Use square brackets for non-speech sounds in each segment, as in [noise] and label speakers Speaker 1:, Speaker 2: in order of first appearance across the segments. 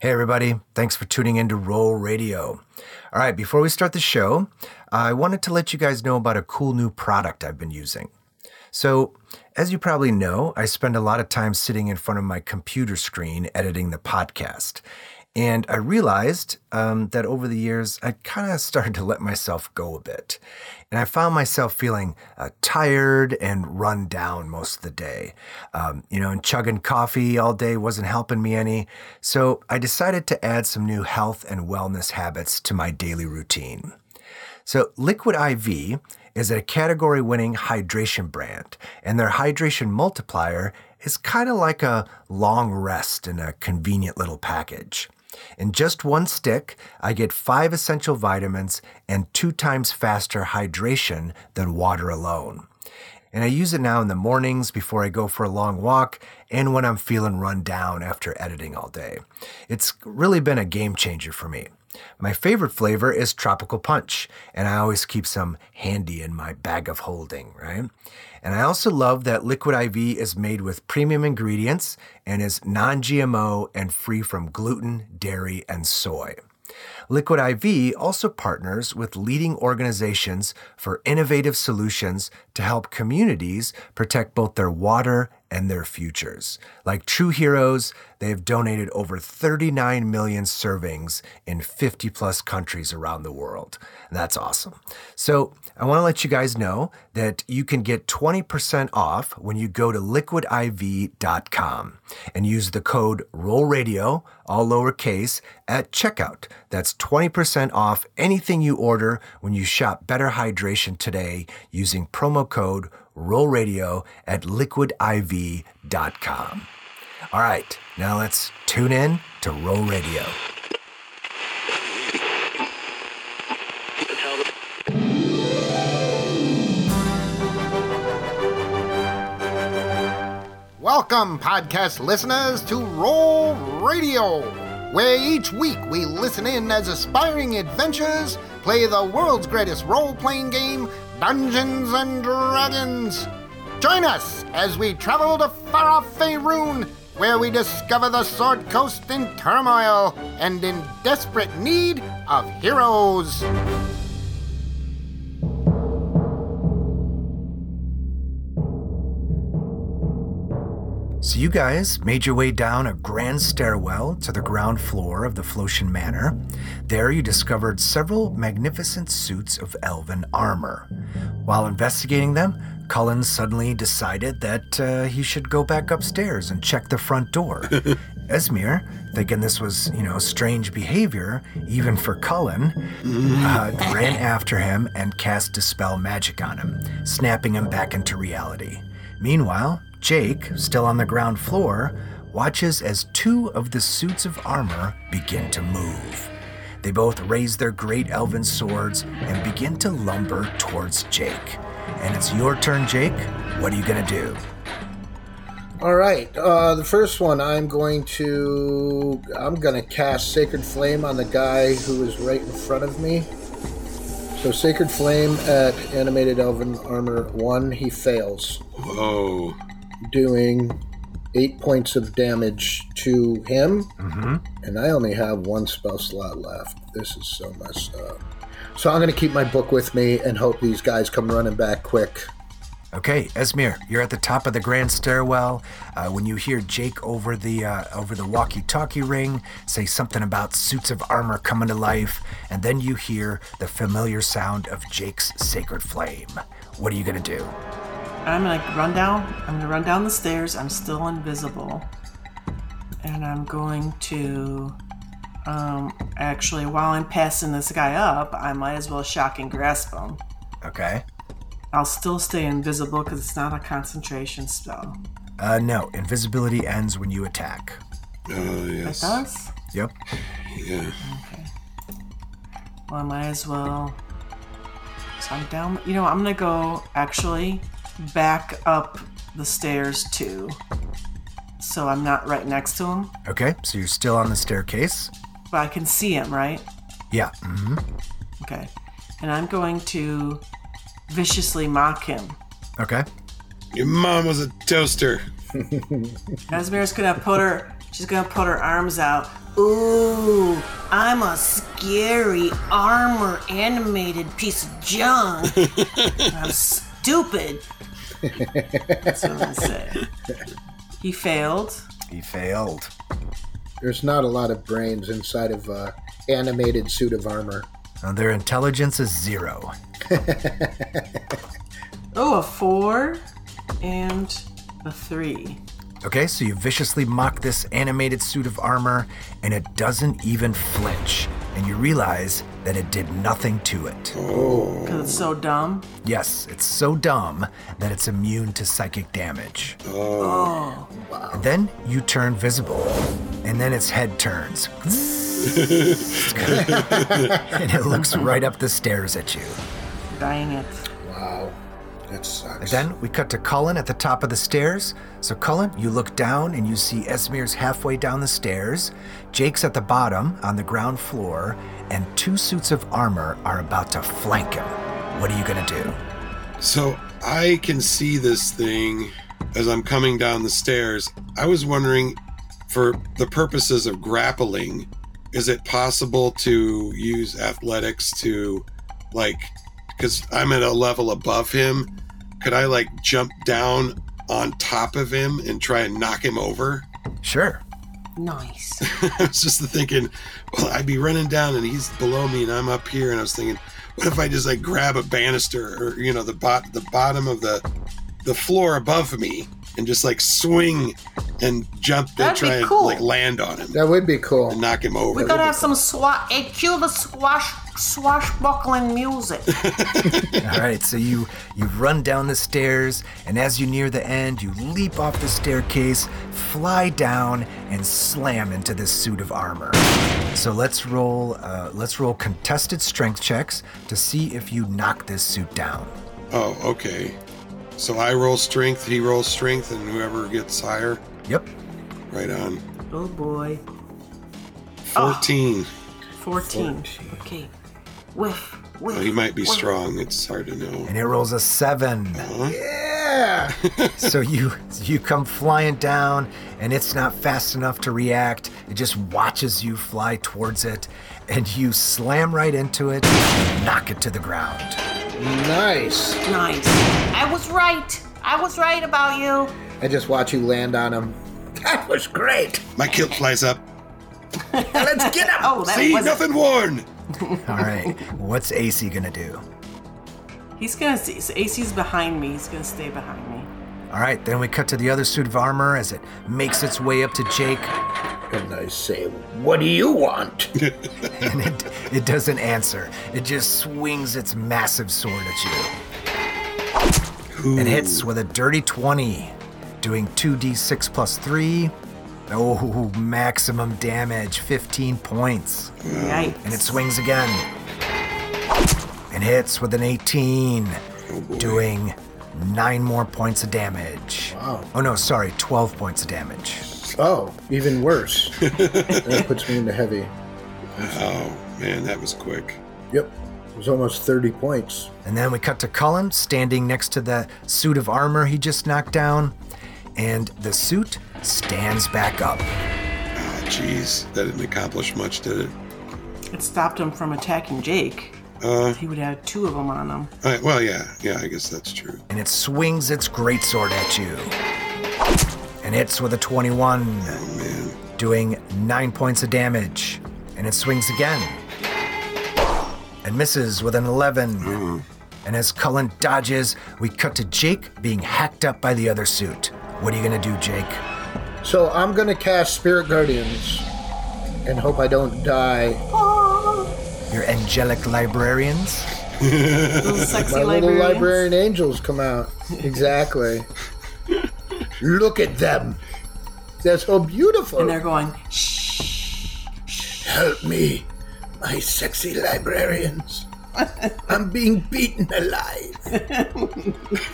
Speaker 1: Hey, everybody. Thanks for tuning in to Roll Radio. All right, before we start the show, I wanted to let you guys know about a cool new product I've been using. So, as you probably know, I spend a lot of time sitting in front of my computer screen editing the podcast. And I realized um, that over the years, I kind of [laughs] started to let myself go a bit. And I found myself feeling uh, tired and run down most of the day. Um, you know, and chugging coffee all day wasn't helping me any. So I decided to add some new health and wellness habits to my daily routine. So, Liquid IV is a category winning hydration brand, and their hydration multiplier is kind of like a long rest in a convenient little package. In just one stick, I get five essential vitamins and two times faster hydration than water alone. And I use it now in the mornings before I go for a long walk and when I'm feeling run down after editing all day. It's really been a game changer for me. My favorite flavor is tropical punch, and I always keep some handy in my bag of holding, right? And I also love that Liquid IV is made with premium ingredients and is non GMO and free from gluten, dairy, and soy. Liquid IV also partners with leading organizations for innovative solutions to help communities protect both their water and their futures. Like true heroes, they have donated over 39 million servings in 50 plus countries around the world. And that's awesome. So, I want to let you guys know that you can get 20% off when you go to liquidiv.com and use the code ROLLRADIO, all lowercase, at checkout. That's 20% off anything you order when you shop Better Hydration today using promo code ROLLRADIO at liquidiv.com. All right, now let's tune in to Roll Radio.
Speaker 2: Welcome, podcast listeners, to Roll Radio, where each week we listen in as aspiring adventurers play the world's greatest role playing game, Dungeons and Dragons. Join us as we travel to far off Faerun, where we discover the Sword Coast in turmoil and in desperate need of heroes.
Speaker 1: So, you guys made your way down a grand stairwell to the ground floor of the Flotian Manor. There, you discovered several magnificent suits of elven armor. While investigating them, Cullen suddenly decided that uh, he should go back upstairs and check the front door. Esmir, thinking this was, you know, strange behavior, even for Cullen, uh, ran after him and cast Dispel Magic on him, snapping him back into reality. Meanwhile, Jake, still on the ground floor, watches as two of the suits of armor begin to move. They both raise their great elven swords and begin to lumber towards Jake. And it's your turn, Jake. What are you going to do?
Speaker 3: All right. Uh, the first one, I'm going to I'm going to cast Sacred Flame on the guy who is right in front of me. So Sacred Flame at Animated Elven Armor one, he fails,
Speaker 4: Whoa.
Speaker 3: doing eight points of damage to him,
Speaker 1: Mm-hmm.
Speaker 3: and I only have one spell slot left. This is so messed up. So I'm going to keep my book with me and hope these guys come running back quick.
Speaker 1: Okay, Esmir, you're at the top of the grand stairwell. Uh, when you hear Jake over the uh, over the walkie-talkie ring say something about suits of armor coming to life, and then you hear the familiar sound of Jake's sacred flame. What are you gonna do?
Speaker 5: I'm gonna run down. I'm gonna run down the stairs. I'm still invisible, and I'm going to. Um, actually, while I'm passing this guy up, I might as well shock and grasp him.
Speaker 1: Okay.
Speaker 5: I'll still stay invisible because it's not a concentration spell.
Speaker 1: Uh, no, invisibility ends when you attack.
Speaker 4: Oh,
Speaker 5: It
Speaker 4: yes.
Speaker 5: does.
Speaker 1: Yep.
Speaker 4: Yeah.
Speaker 5: Well, I might as well. So I'm down. You know, I'm gonna go actually back up the stairs too, so I'm not right next to him,
Speaker 1: Okay, so you're still on the staircase.
Speaker 5: but I can see him, right?
Speaker 1: Yeah. hmm
Speaker 5: Okay. And I'm going to viciously mock him.
Speaker 1: Okay.
Speaker 4: Your mom was a toaster.
Speaker 5: Asmir's gonna put her She's gonna put her arms out. Ooh, I'm a scary armor animated piece of junk. I'm stupid. That's what I'm gonna say. He failed.
Speaker 1: He failed.
Speaker 3: There's not a lot of brains inside of a animated suit of armor.
Speaker 1: Uh, their intelligence is zero.
Speaker 5: Oh, a four and a three.
Speaker 1: Okay, so you viciously mock this animated suit of armor, and it doesn't even flinch. And you realize that it did nothing to it.
Speaker 5: Because it's so dumb.
Speaker 1: Yes, it's so dumb that it's immune to psychic damage. Oh. And then you turn visible, and then its head turns. [laughs] and it looks right up the stairs at you.
Speaker 5: Dying it.
Speaker 3: Wow, that sucks.
Speaker 1: Then we cut to Cullen at the top of the stairs. So, Cullen, you look down and you see Esmir's halfway down the stairs, Jake's at the bottom on the ground floor, and two suits of armor are about to flank him. What are you going to do?
Speaker 4: So I can see this thing as I'm coming down the stairs. I was wondering, for the purposes of grappling, is it possible to use athletics to, like, because I'm at a level above him? Could I, like, jump down on top of him and try and knock him over?
Speaker 1: Sure.
Speaker 5: Nice.
Speaker 4: [laughs] I was just thinking, well, I'd be running down and he's below me and I'm up here, and I was thinking, what if I just like grab a banister or you know the bot the bottom of the the floor above me and just like swing and jump and
Speaker 5: That'd be
Speaker 4: try and
Speaker 5: cool.
Speaker 4: like land on him
Speaker 3: That would be cool.
Speaker 4: and knock him
Speaker 5: We
Speaker 4: over.
Speaker 5: gotta have some swash. Hey, cue the swash, swashbuckling
Speaker 4: [laughs]
Speaker 5: music.
Speaker 1: All right, so you you run down the stairs, and as you near the end, you leap off the staircase, fly down, and slam into this suit of armor. So let's roll uh, let's roll contested strength checks to see if you knock this suit down.
Speaker 4: Oh, okay. So I roll strength, he rolls strength, and whoever gets higher,
Speaker 1: Yep.
Speaker 4: right on.
Speaker 5: oh boy. Oh.
Speaker 4: Fourteen.
Speaker 5: 14. Okay. Whiff, whiff.
Speaker 4: Well, he might be strong. It's hard to know.
Speaker 1: And it rolls a seven. Yeah. so you you come flying down, and it's not fast enough to react. It just watches you fly towards it, and you slam right into it, and knock it to the ground.
Speaker 3: Nice.
Speaker 5: Nice. I was right. I was right about you.
Speaker 3: I just watch you land on him. That was great.
Speaker 4: My kilt flies up.
Speaker 3: Let's get him.
Speaker 5: Oh, that
Speaker 4: See,
Speaker 5: was
Speaker 4: nothing worn.
Speaker 1: All right, what's AC gonna do?
Speaker 5: He's gonna see. So AC's behind me. He's gonna stay behind me.
Speaker 1: All right, then we cut to the other suit of armor as it makes its way up to Jake,
Speaker 3: And I say, what do you want?
Speaker 1: and it, it doesn't answer. It just swings its massive sword at you. It hits with a dirty 20, doing 2d6 plus 3. Oh, maximum damage, 15 points.
Speaker 5: Yikes.
Speaker 1: And it swings again. And hits with an 18, doing 9 more points of damage.
Speaker 3: Wow.
Speaker 1: Oh no, sorry, 12 points of damage.
Speaker 3: [laughs] Oh, even worse. that puts me into heavy.
Speaker 4: Oh man, that was quick.
Speaker 3: Yep. It was almost 30 points.
Speaker 1: And then we cut to Cullen standing next to the suit of armor he just knocked down. And the suit stands back up.
Speaker 4: Ah, jeez, that didn't accomplish much, did it?
Speaker 5: It stopped him from attacking Jake.
Speaker 4: Uh,
Speaker 5: He would have two of them on
Speaker 4: [laughs]
Speaker 5: him.
Speaker 4: All right, well, yeah, yeah, I guess that's true.
Speaker 1: And it swings its greatsword at you. And hits with a 21,
Speaker 4: Man,
Speaker 1: doing 9 points of damage. And it swings again. And misses with an 11. And as Cullen dodges, we cut to Jake being hacked up by the other suit. What are you gonna do, Jake?
Speaker 3: So I'm going to cast Spirit Guardians and hope I don't die.
Speaker 1: Your angelic librarians?
Speaker 5: Little sexy
Speaker 3: My little
Speaker 5: librarians.
Speaker 3: librarian angels come out. Exactly. Look at them. They're so
Speaker 5: And
Speaker 3: beautiful.
Speaker 5: they're going, shh.
Speaker 3: Help me, my sexy librarians. I'm being beaten
Speaker 5: [laughs]
Speaker 3: alive.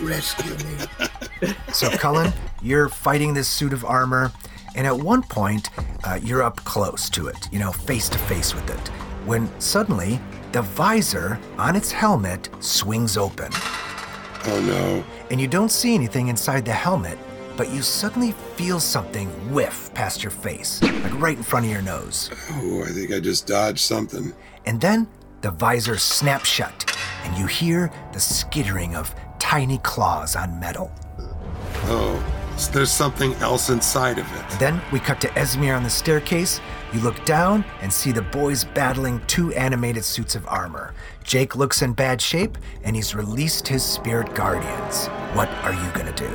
Speaker 3: Rescue me.
Speaker 1: So, Cullen, you're fighting this suit of armor, and at one point, uh, you're up close to it, you know, face to face with it, when suddenly the visor on its helmet swings open.
Speaker 4: oh no,
Speaker 1: And you don't see anything inside the helmet, but but you suddenly feel something whiff past your face, like right in front of your nose.
Speaker 4: Oh, I think I just dodged something.
Speaker 1: And then the visor snaps shut, and you hear the skittering of tiny claws on metal.
Speaker 4: Oh, so there's something else inside of it.
Speaker 1: Then we cut to Esmir on the staircase. You look down and see the boys battling two animated suits of armor. Jake looks in bad shape, and he's released his spirit guardians. What are you gonna do?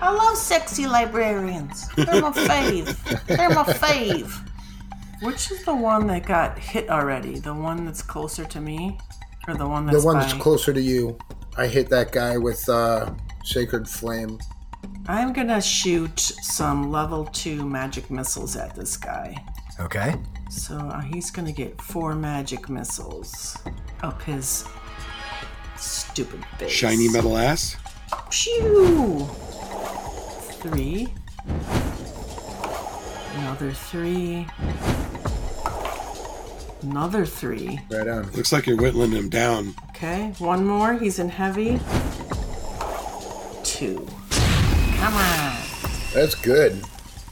Speaker 5: I love sexy librarians. They're my fave. They're my fave. Which is the one that got hit already? The one that's closer to me, or the one
Speaker 3: The
Speaker 5: that's
Speaker 3: one that's
Speaker 5: by-
Speaker 3: closer to you. I hit that guy with uh, Sacred Flame.
Speaker 5: I'm gonna shoot some level two magic missiles at this guy.
Speaker 1: Okay.
Speaker 5: So uh, he's gonna get four magic missiles up his stupid face.
Speaker 4: Shiny metal ass?
Speaker 5: Phew! Three. Another three. Another three.
Speaker 3: Right on.
Speaker 4: Looks like you're whittling him down.
Speaker 5: Okay, one more. He's in heavy. Two. Come on.
Speaker 3: That's good.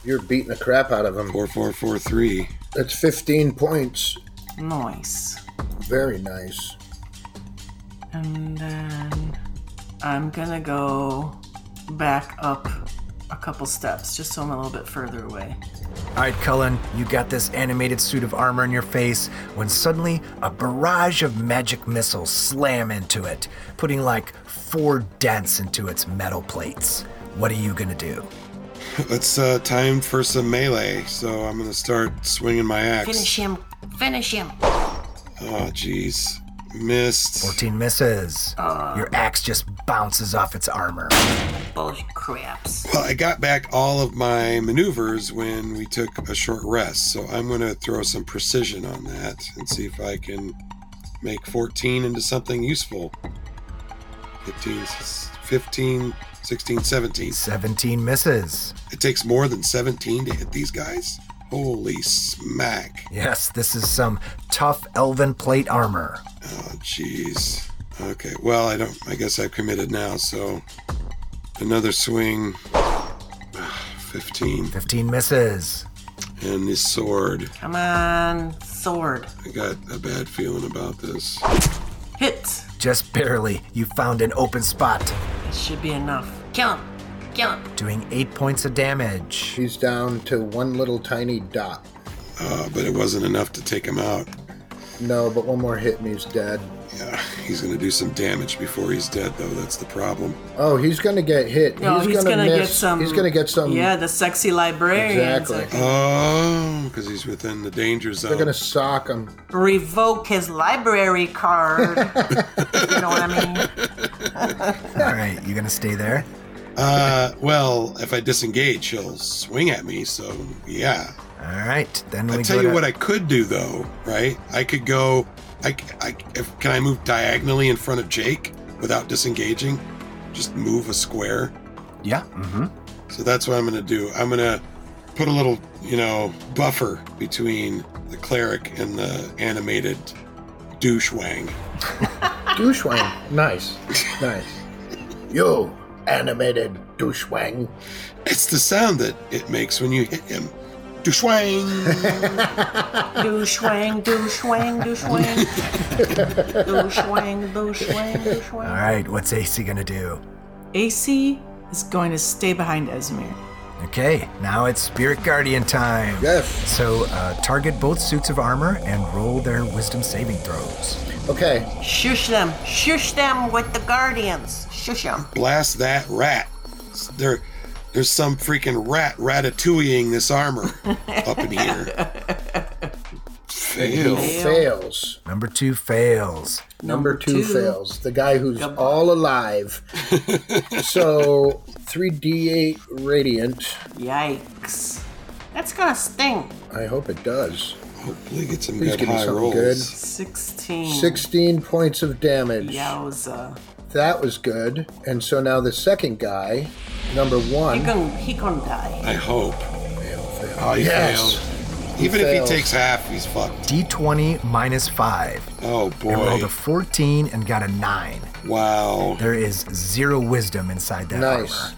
Speaker 3: You're beating the crap out of him.
Speaker 4: 4443.
Speaker 3: That's 15 points.
Speaker 5: Nice.
Speaker 3: Very nice.
Speaker 5: And then I'm gonna go back up a couple steps just so I'm a little bit further away.
Speaker 1: All right, Cullen, you got this animated suit of armor in your face when suddenly a barrage of magic missiles slam into it, putting like four dents into its metal plates. What are you gonna do?
Speaker 4: [laughs] It's uh, time for some melee, so I'm gonna start swinging my axe.
Speaker 5: Finish him. Finish him.
Speaker 4: Oh, jeez. Missed.
Speaker 1: 14 misses. your axe just bounces off its armor.
Speaker 5: Bullshit craps.
Speaker 4: Well, I got back all of my maneuvers when we took a short rest, so I'm gonna throw some precision on that and see if I can make 14 into something useful. 15, 15 16, 17.
Speaker 1: 17 misses.
Speaker 4: It takes more than 17 to hit these guys? Holy smack.
Speaker 1: Yes, this is some tough elven plate armor.
Speaker 4: Oh, jeez. Okay, well, I don't. I guess I've committed now, so. Another swing. Ah, 15.
Speaker 1: 15 misses.
Speaker 4: And this sword.
Speaker 5: Come on. Sword.
Speaker 4: I got a bad feeling about this.
Speaker 5: Hit.
Speaker 1: Just barely, you found an open spot,
Speaker 5: That should be enough. Kill him. Kill him.
Speaker 1: doing 8 points of damage.
Speaker 3: He's down to one little tiny dot.
Speaker 4: Uh, but it wasn't enough to take him out.
Speaker 3: No, but one more hit and he's dead.
Speaker 4: Yeah, he's gonna do some damage before he's dead, though. That's the problem.
Speaker 3: Oh, he's gonna get hit.
Speaker 5: No, he's,
Speaker 3: gonna,
Speaker 5: gonna, get
Speaker 3: miss.
Speaker 5: some.
Speaker 3: He's gonna get some.
Speaker 5: Yeah, the sexy librarians.
Speaker 3: Exactly.
Speaker 4: Oh, because he's within the danger zone.
Speaker 3: They're gonna sock him.
Speaker 5: Revoke his library card. you know what I mean?
Speaker 1: All right, you gonna stay there?
Speaker 4: Uh, well, if I disengage, he'll swing at me. So yeah,
Speaker 1: All right, then we
Speaker 4: I tell
Speaker 1: go
Speaker 4: you
Speaker 1: to-
Speaker 4: what I could do though, right? I could go. I, c- I- if, can I move diagonally in front of Jake without disengaging? Just move a square.
Speaker 1: Yeah. Mm-hmm.
Speaker 4: So that's what I'm gonna do. I'm gonna put a little, you know, buffer between the cleric and the animated douche wang.
Speaker 3: Douchewang. Nice. Nice. You animated douchewang.
Speaker 4: It's the sound that it makes when you hit him.
Speaker 3: [laughs]
Speaker 4: Douche wang.
Speaker 5: douche wang, douche wang, douche wang.
Speaker 3: [laughs]
Speaker 5: douche wang, douche wang, douche
Speaker 1: All
Speaker 5: wang.
Speaker 1: right, what's AC gonna do?
Speaker 5: AC is going to stay behind Esmir.
Speaker 1: Okay, now it's Spirit Guardian time.
Speaker 3: Yes.
Speaker 1: So uh, target both suits of armor and roll their Wisdom saving throws.
Speaker 3: Okay.
Speaker 5: Shush them, shush them with the guardians. Shush them.
Speaker 4: Blast that rat. There, there's some freaking rat ratatouilleing this armor up in here. Fail.
Speaker 3: Fails.
Speaker 1: Number two fails.
Speaker 3: Number two, fails. The guy who's all
Speaker 5: [laughs]
Speaker 3: alive. so 3d8 radiant.
Speaker 5: Yikes. That's gonna sting.
Speaker 3: I hope it does.
Speaker 4: Hopefully get some
Speaker 3: Please
Speaker 4: good
Speaker 3: give me
Speaker 4: high
Speaker 3: something
Speaker 4: rolls.
Speaker 3: good.
Speaker 5: 16.
Speaker 3: 16 points of damage.
Speaker 5: Yowza.
Speaker 3: That was good. And so now the second guy, number
Speaker 5: He
Speaker 3: one.
Speaker 5: gon' he gonna die.
Speaker 4: I hope. Oh, he
Speaker 3: Yes.
Speaker 4: failed. Even if
Speaker 3: fails.
Speaker 4: he takes half, he's fucked.
Speaker 1: D20 minus five.
Speaker 4: Oh
Speaker 1: I rolled
Speaker 4: boy!
Speaker 1: a 14 and got a nine.
Speaker 4: Wow.
Speaker 1: There is zero wisdom inside that
Speaker 3: Nice.
Speaker 1: armor.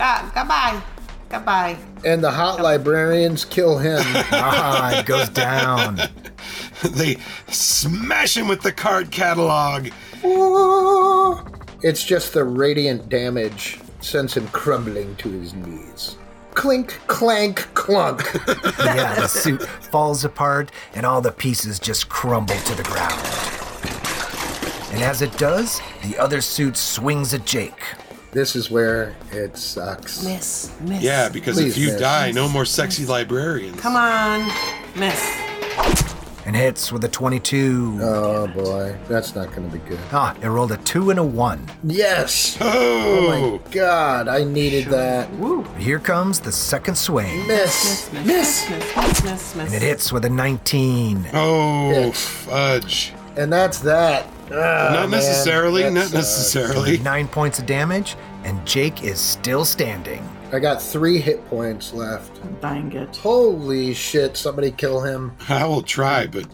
Speaker 5: Ah, goodbye. Goodbye.
Speaker 3: And the hot librarians kill him. [laughs]
Speaker 1: Ah, it goes down.
Speaker 4: they smash him with the card catalog.
Speaker 3: it's just the radiant damage sends him crumbling to his knees. Clink, clank, clunk. [laughs]
Speaker 1: Yeah, the suit falls apart and all the pieces just crumble to the ground. And as it does, the other suit swings at Jake.
Speaker 3: this is where it sucks.
Speaker 5: Miss. Miss.
Speaker 4: Yeah, because if
Speaker 3: Please,
Speaker 4: you
Speaker 3: miss.
Speaker 4: die, no more sexy librarians.
Speaker 5: Come on. Miss.
Speaker 1: And hits with a 22.
Speaker 3: Oh boy, that's not going to be good.
Speaker 1: Ah, it rolled a 2 and a 1.
Speaker 3: Yes!
Speaker 4: Oh,
Speaker 3: God, I needed that.
Speaker 5: Woo.
Speaker 1: Here comes the second swing.
Speaker 3: Miss! Miss!
Speaker 5: Miss. Miss. Miss. Miss. miss.
Speaker 1: And it hits with a 19.
Speaker 4: oh,
Speaker 3: Yeah.
Speaker 4: fudge!
Speaker 3: And that's that. Ah,
Speaker 4: not
Speaker 3: man,
Speaker 4: necessarily.
Speaker 3: that
Speaker 4: Not
Speaker 3: sucks.
Speaker 4: necessarily.
Speaker 1: Nine points of damage, and Jake is still standing.
Speaker 3: I got three hit points left.
Speaker 5: Dang it.
Speaker 3: Holy shit, somebody kill him.
Speaker 4: I will try, but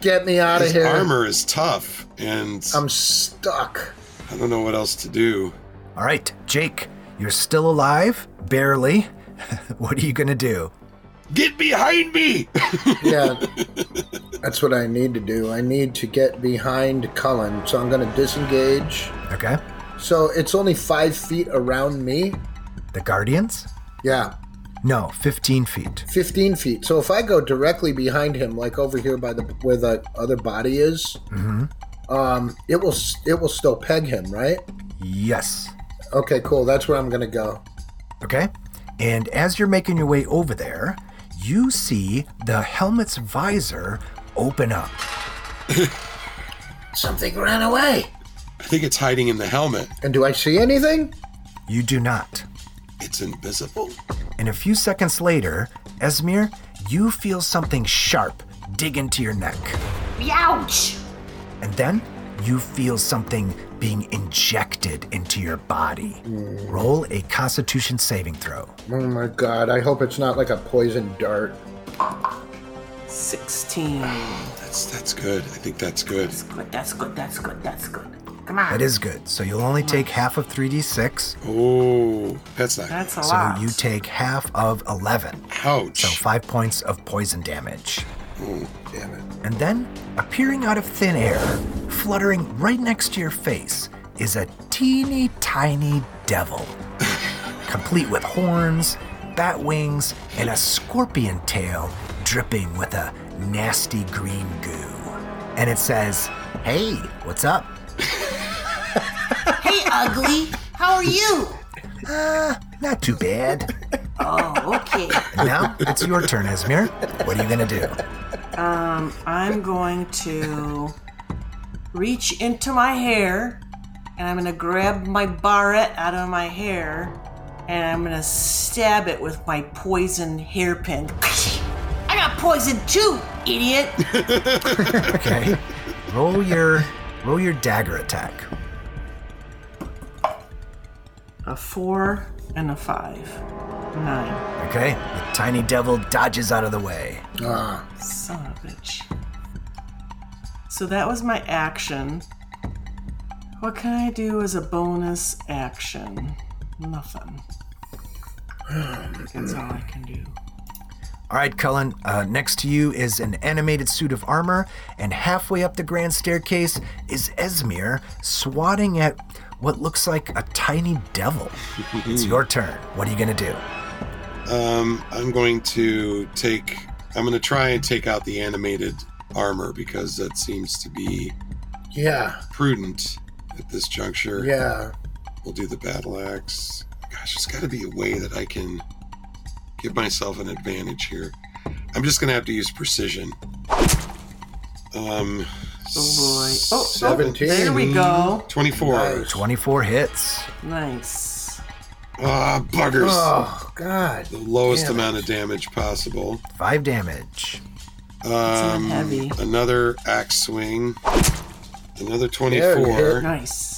Speaker 3: Get me out of
Speaker 4: his
Speaker 3: here. Um,
Speaker 4: armor is tough, and
Speaker 3: I'm stuck.
Speaker 4: I don't know what else to do.
Speaker 1: All right, Jake, you're still alive? Barely. [laughs] what are you going to do?
Speaker 4: Get behind me! [laughs]
Speaker 3: Yeah. that's what I need to do. I need to get behind Cullen. So I'm going to disengage.
Speaker 1: Okay.
Speaker 3: So it's only five feet around me.
Speaker 1: The Guardians?
Speaker 3: Yeah.
Speaker 1: No, 15 feet.
Speaker 3: 15 feet. So if I go directly behind him, like over here by the where the other body is, um, it will s- it will still peg him, right?
Speaker 1: Yes.
Speaker 3: Okay, cool. That's where I'm gonna go.
Speaker 1: Okay. And as you're making your way over there, you see the helmet's visor open up.
Speaker 3: Something ran away.
Speaker 4: I think it's hiding in the helmet.
Speaker 3: And do I see anything?
Speaker 1: You do not.
Speaker 4: It's invisible.
Speaker 1: And a few seconds later, Esmir, you feel something sharp dig into your neck.
Speaker 6: Ouch!
Speaker 1: And then you feel something being injected into your body. Roll a constitution saving throw.
Speaker 3: Oh my god! I hope it's not like a poison dart.
Speaker 5: 16.
Speaker 4: That's that's good. I think that's good.
Speaker 5: That's good. That's good. That's good. That's good.
Speaker 6: Come on.
Speaker 1: That is good. So you'll only take half of 3d6.
Speaker 4: Oh, that's not.
Speaker 5: That's a
Speaker 1: So
Speaker 5: lot.
Speaker 1: you take half of 11.
Speaker 4: ouch.
Speaker 1: So five points of poison damage.
Speaker 3: Damn it!
Speaker 1: And then, appearing out of thin air, fluttering right next to your face, is a teeny tiny devil. complete with horns, bat wings, and a scorpion tail dripping with a nasty green goo. And it says, Hey, what's up?
Speaker 6: Hey, ugly. How are you?
Speaker 1: Not too bad.
Speaker 6: Oh, okay.
Speaker 1: And now it's your turn, Esmir. What are you gonna do?
Speaker 5: Um, I'm going to reach into my hair and I'm going to grab my barrette out of my hair and I'm going to stab it with my poison hairpin. I got poison too,
Speaker 6: E-
Speaker 5: idiot.
Speaker 1: Okay. Roll your roll your dagger attack.
Speaker 5: A four and a five. Nine.
Speaker 1: Okay. The tiny devil dodges out of the way.
Speaker 3: Ah,
Speaker 5: Son of a bitch. So that was my action. What can I do as a bonus action? Nothing. That's all I can do.
Speaker 1: All right, Cullen, uh, next to you is an animated suit of armor, and halfway up the grand staircase is Esmir swatting at what looks like a tiny devil. it's your turn. What are you going to do?
Speaker 4: Um, I'm going to take. I'm going to try and take out the animated armor because that seems to be
Speaker 3: yeah,
Speaker 4: prudent at this juncture.
Speaker 3: yeah.
Speaker 4: We'll do the battle axe. Gosh, there's got to be a way that I can give myself an advantage here. I'm just going to have to use precision. Um.
Speaker 5: Oh, boy. Oh, oh,
Speaker 3: Seventeen.
Speaker 5: There we go.
Speaker 4: 24.
Speaker 3: Nice.
Speaker 1: 24 hits.
Speaker 5: Nice.
Speaker 4: Ah, buggers.
Speaker 3: Oh god!
Speaker 4: The lowest
Speaker 3: Damn it.
Speaker 4: amount of damage possible.
Speaker 1: 5 damage.
Speaker 5: not
Speaker 4: Um,
Speaker 5: heavy.
Speaker 4: Another axe swing. Another
Speaker 3: There
Speaker 4: 24.
Speaker 5: Nice.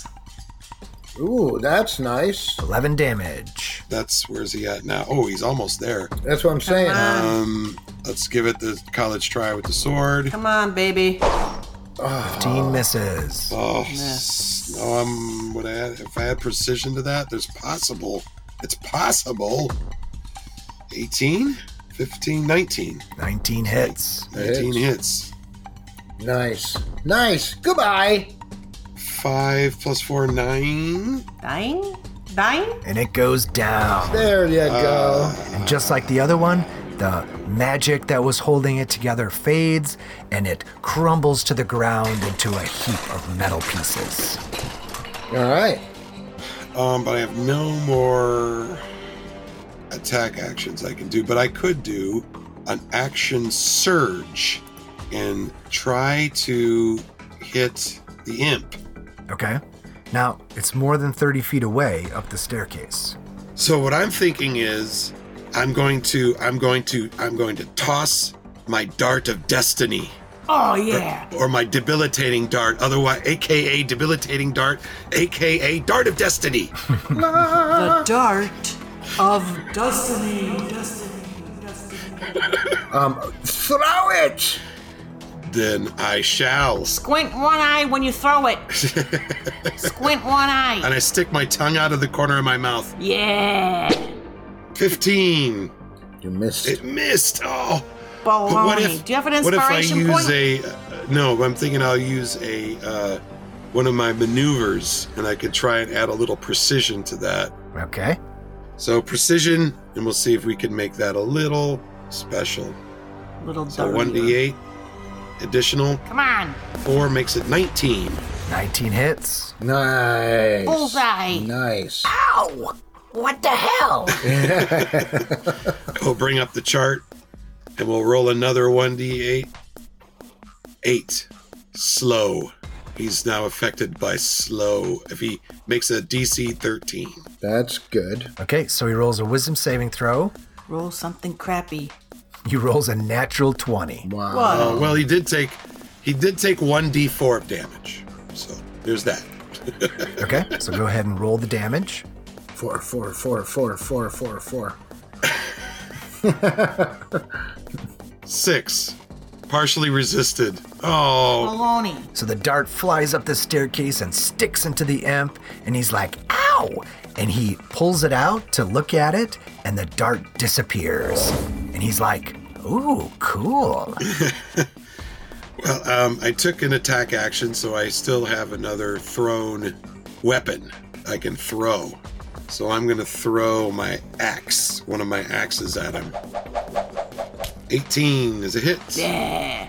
Speaker 3: Ooh, that's nice.
Speaker 1: 11 damage.
Speaker 4: That's where's he at now? Oh, he's almost there.
Speaker 3: That's what I'm saying.
Speaker 4: Um, let's give it the college try with the sword.
Speaker 5: Come on, baby.
Speaker 3: Ah,
Speaker 1: 15 misses.
Speaker 4: Oh, s- no, I'm, would I add, if I add precision to that, there's possible It's possible. 18, 15, 19.
Speaker 1: 19 hits.
Speaker 4: 19 hits.
Speaker 3: Nice. Nice. Goodbye.
Speaker 4: 5 plus 4, 9.
Speaker 5: Dying? Dying?
Speaker 1: And it goes down.
Speaker 3: There you go.
Speaker 1: And just like the other one, the magic that was holding it together fades and it crumbles to the ground into a heap of metal pieces.
Speaker 3: All right.
Speaker 4: Um, but I have no more attack actions I can do. But I could do an action surge and try to hit the imp.
Speaker 1: Okay? Now, it's more than 30 feet away up the staircase.
Speaker 4: So what I'm thinking is I'm going to I'm going to I'm going to toss my dart of destiny
Speaker 5: Oh, yeah.
Speaker 4: or my debilitating dart, otherwise aka debilitating dart, aka dart of destiny.
Speaker 5: The dart of destiny. Destiny. Destiny.
Speaker 3: Um, Throw it.
Speaker 4: then I shall.
Speaker 6: Squint one eye when you throw
Speaker 4: [laughs]
Speaker 6: it. Squint one eye.
Speaker 4: And I stick my tongue out of the corner of my mouth.
Speaker 6: Yeah.
Speaker 4: 15.
Speaker 3: You missed.
Speaker 4: It missed. Oh.
Speaker 5: Baloney.
Speaker 4: But what if,
Speaker 5: Do you have an
Speaker 4: what if I
Speaker 5: inspiration
Speaker 4: use
Speaker 5: point?
Speaker 4: a. Uh, no, I'm thinking I'll use a. Uh, one of my maneuvers, and I could try and add a little precision to that.
Speaker 1: Okay?
Speaker 4: So, precision, and we'll see if we can make that a little special.
Speaker 5: Little
Speaker 4: So,
Speaker 5: dirty.
Speaker 4: 1d8 additional,
Speaker 6: Come on.
Speaker 4: 4 makes it 19.
Speaker 1: 19 hits.
Speaker 3: Nice.
Speaker 6: Bullseye.
Speaker 3: Nice.
Speaker 6: Ow. What the hell?
Speaker 4: We'll bring up the chart and we'll roll another 1d8. Eight. Slow. He's now affected by slow if he makes a DC 13.
Speaker 3: That's good.
Speaker 1: Okay, so he rolls a wisdom saving throw.
Speaker 5: Roll something crappy.
Speaker 4: Uh-huh.
Speaker 1: He rolls a natural 20.
Speaker 3: Wow.
Speaker 5: What?
Speaker 4: Oh, well, he did take he did take 1d4 of damage. So there's that. [laughs]
Speaker 1: Okay, so go ahead and roll the damage.
Speaker 3: Four, four, four, four, four, four, four.
Speaker 4: Six. Partially resisted. Oh,
Speaker 6: Baloney.
Speaker 1: So the dart flies up the staircase and sticks into the imp, and he's like, ow! And he pulls it out to look at it, and the dart disappears. And he's like, ooh, cool.
Speaker 4: well, um, I took an attack action, so I still have another thrown weapon I can throw. So I'm going to throw my axe, one of my axes at him. 18 is a hit.
Speaker 6: Yeah.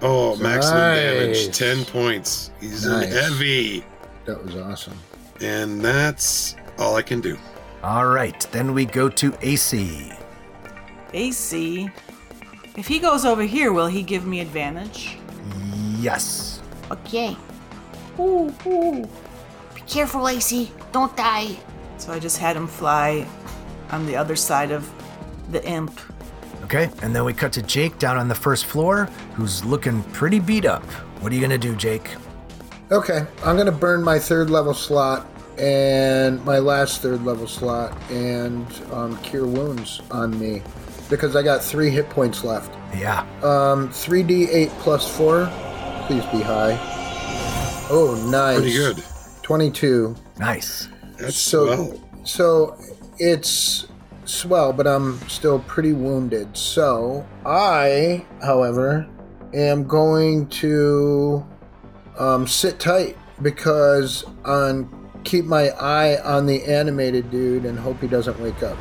Speaker 4: Oh, maximum
Speaker 3: Nice.
Speaker 4: damage, 10 points. He's
Speaker 3: Nice.
Speaker 4: an heavy.
Speaker 3: That was awesome.
Speaker 4: And that's all I can do.
Speaker 1: All right, then we go to AC.
Speaker 5: AC. If he goes over here, will he give me advantage?
Speaker 1: Yes.
Speaker 6: Okay. Ooh, ooh. Be careful, Lacey. Don't die.
Speaker 5: So I just had him fly on the other side of the imp.
Speaker 1: Okay, and then we cut to Jake down on the first floor, who's looking pretty beat up. What are you gonna do, Jake?
Speaker 3: Okay, I'm gonna burn my third level slot and my last third level slot and um, cure wounds on me because I got three hit points left.
Speaker 1: Yeah,
Speaker 3: Um, 3d8 plus four. Please be high. Oh, nice.
Speaker 4: Pretty good.
Speaker 3: 22.
Speaker 1: nice.
Speaker 4: That's
Speaker 3: So,
Speaker 4: well.
Speaker 3: so it's swell, but I'm still pretty wounded. So I, however, am going to um, sit tight because on keep my eye on the animated dude and hope he doesn't wake up.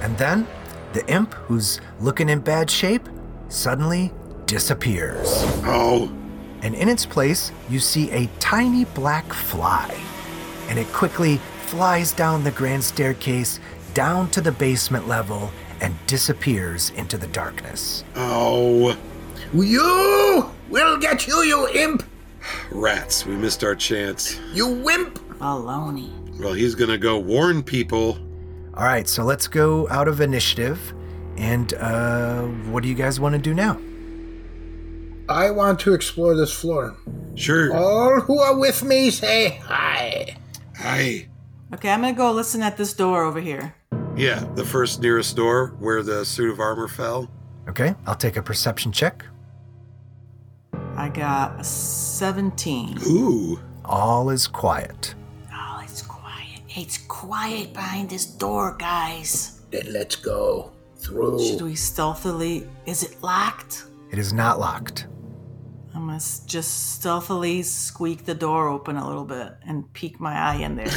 Speaker 1: And then the imp, who's looking in bad shape, suddenly disappears.
Speaker 4: Oh,
Speaker 1: And in its place, you see a tiny black fly. And it quickly flies down the grand staircase, down to the basement level, and disappears into the darkness.
Speaker 4: oh.
Speaker 3: You will get you, you imp,
Speaker 4: Rats, we missed our chance.
Speaker 3: you wimp.
Speaker 6: Baloney.
Speaker 4: Well, he's gonna go warn people.
Speaker 1: All right, so let's go out of initiative. And uh, what do you guys want to do now?
Speaker 3: I want to explore this floor.
Speaker 4: Sure.
Speaker 3: All who are with me say hi.
Speaker 4: Hi.
Speaker 5: Okay, I'm gonna go listen at this door over here.
Speaker 4: Yeah, the first nearest door where the suit of armor fell.
Speaker 1: Okay, I'll take a perception check.
Speaker 5: I got a 17.
Speaker 4: Ooh.
Speaker 1: All is quiet.
Speaker 5: Oh, it's quiet.
Speaker 6: It's quiet behind this door, guys.
Speaker 3: Then let's go through.
Speaker 5: Should we stealthily? Is it locked?
Speaker 1: It is not locked.
Speaker 5: I must just stealthily squeak the door open a little bit and peek my eye in there.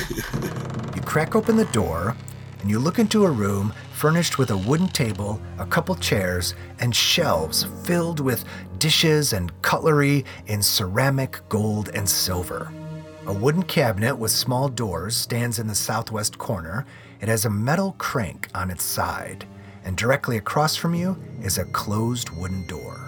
Speaker 1: You crack open the door and you look into a room furnished with a wooden table, a couple chairs, and shelves filled with dishes and cutlery in ceramic, gold, and silver. A wooden cabinet with small doors stands in the southwest corner. It has a metal crank on its side, and directly across from you is a closed wooden door.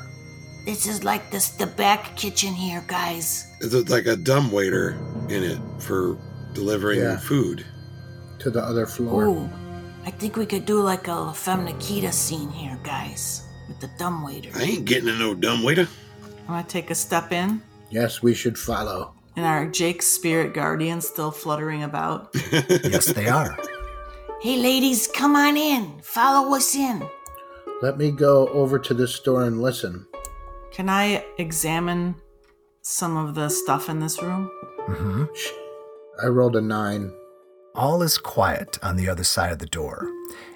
Speaker 6: This is like this the back kitchen here, guys.
Speaker 4: Is it like a dumb waiter in it for delivering
Speaker 3: Yeah.
Speaker 4: food?
Speaker 3: to the other floor.
Speaker 6: Ooh, I think we could do like a La Femme Nikita scene here, guys, with the dumbwaiter.
Speaker 4: I ain't getting in no dumb waiter.
Speaker 5: I'm gonna take a step in,
Speaker 3: Yes, we should follow.
Speaker 5: and our Jake's spirit guardian still fluttering about.
Speaker 1: Yes, they are.
Speaker 6: Hey, ladies, come on in. Follow us in.
Speaker 3: Let me go over to this door and listen.
Speaker 5: Can I examine some of the stuff in this room?
Speaker 1: hmm
Speaker 3: I rolled a nine.
Speaker 1: All is quiet on the other side of the door.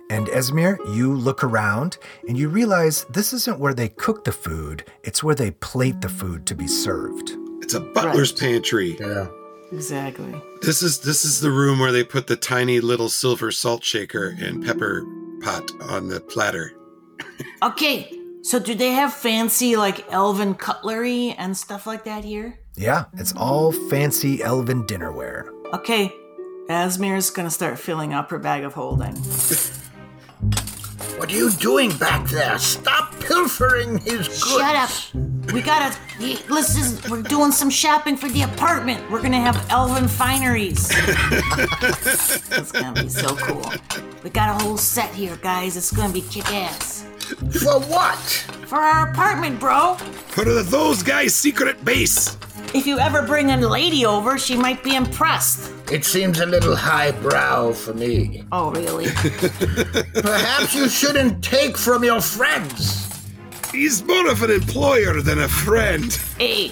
Speaker 1: And Esmir, you look around and you realize this isn't where they cook the food, it's where they plate the food to be served.
Speaker 4: It's a butler's pantry.
Speaker 3: Yeah.
Speaker 5: Exactly.
Speaker 4: This is this is the room where they put the tiny little silver salt shaker and pepper pot on the platter.
Speaker 6: Okay, so do they have fancy like elven cutlery and stuff like that here?
Speaker 1: Yeah, it's all fancy elven dinnerware.
Speaker 5: Okay, Asmir's gonna start filling up her bag of holding.
Speaker 3: What are you doing back there? Stop pilfering his goods.
Speaker 6: Shut up. We gotta. y- Listen, we're doing some shopping for the apartment. We're gonna have elven fineries. it's gonna be so cool. We got a whole set here, guys. It's gonna be kick ass.
Speaker 3: For what?
Speaker 6: For our apartment, bro.
Speaker 4: What are those guys' secret base?
Speaker 6: If you ever bring a lady over, she might be impressed.
Speaker 3: It seems a little highbrow for me.
Speaker 6: Oh, really?
Speaker 3: Perhaps you shouldn't take from your friends.
Speaker 4: He's more of an employer than a friend.
Speaker 6: hey,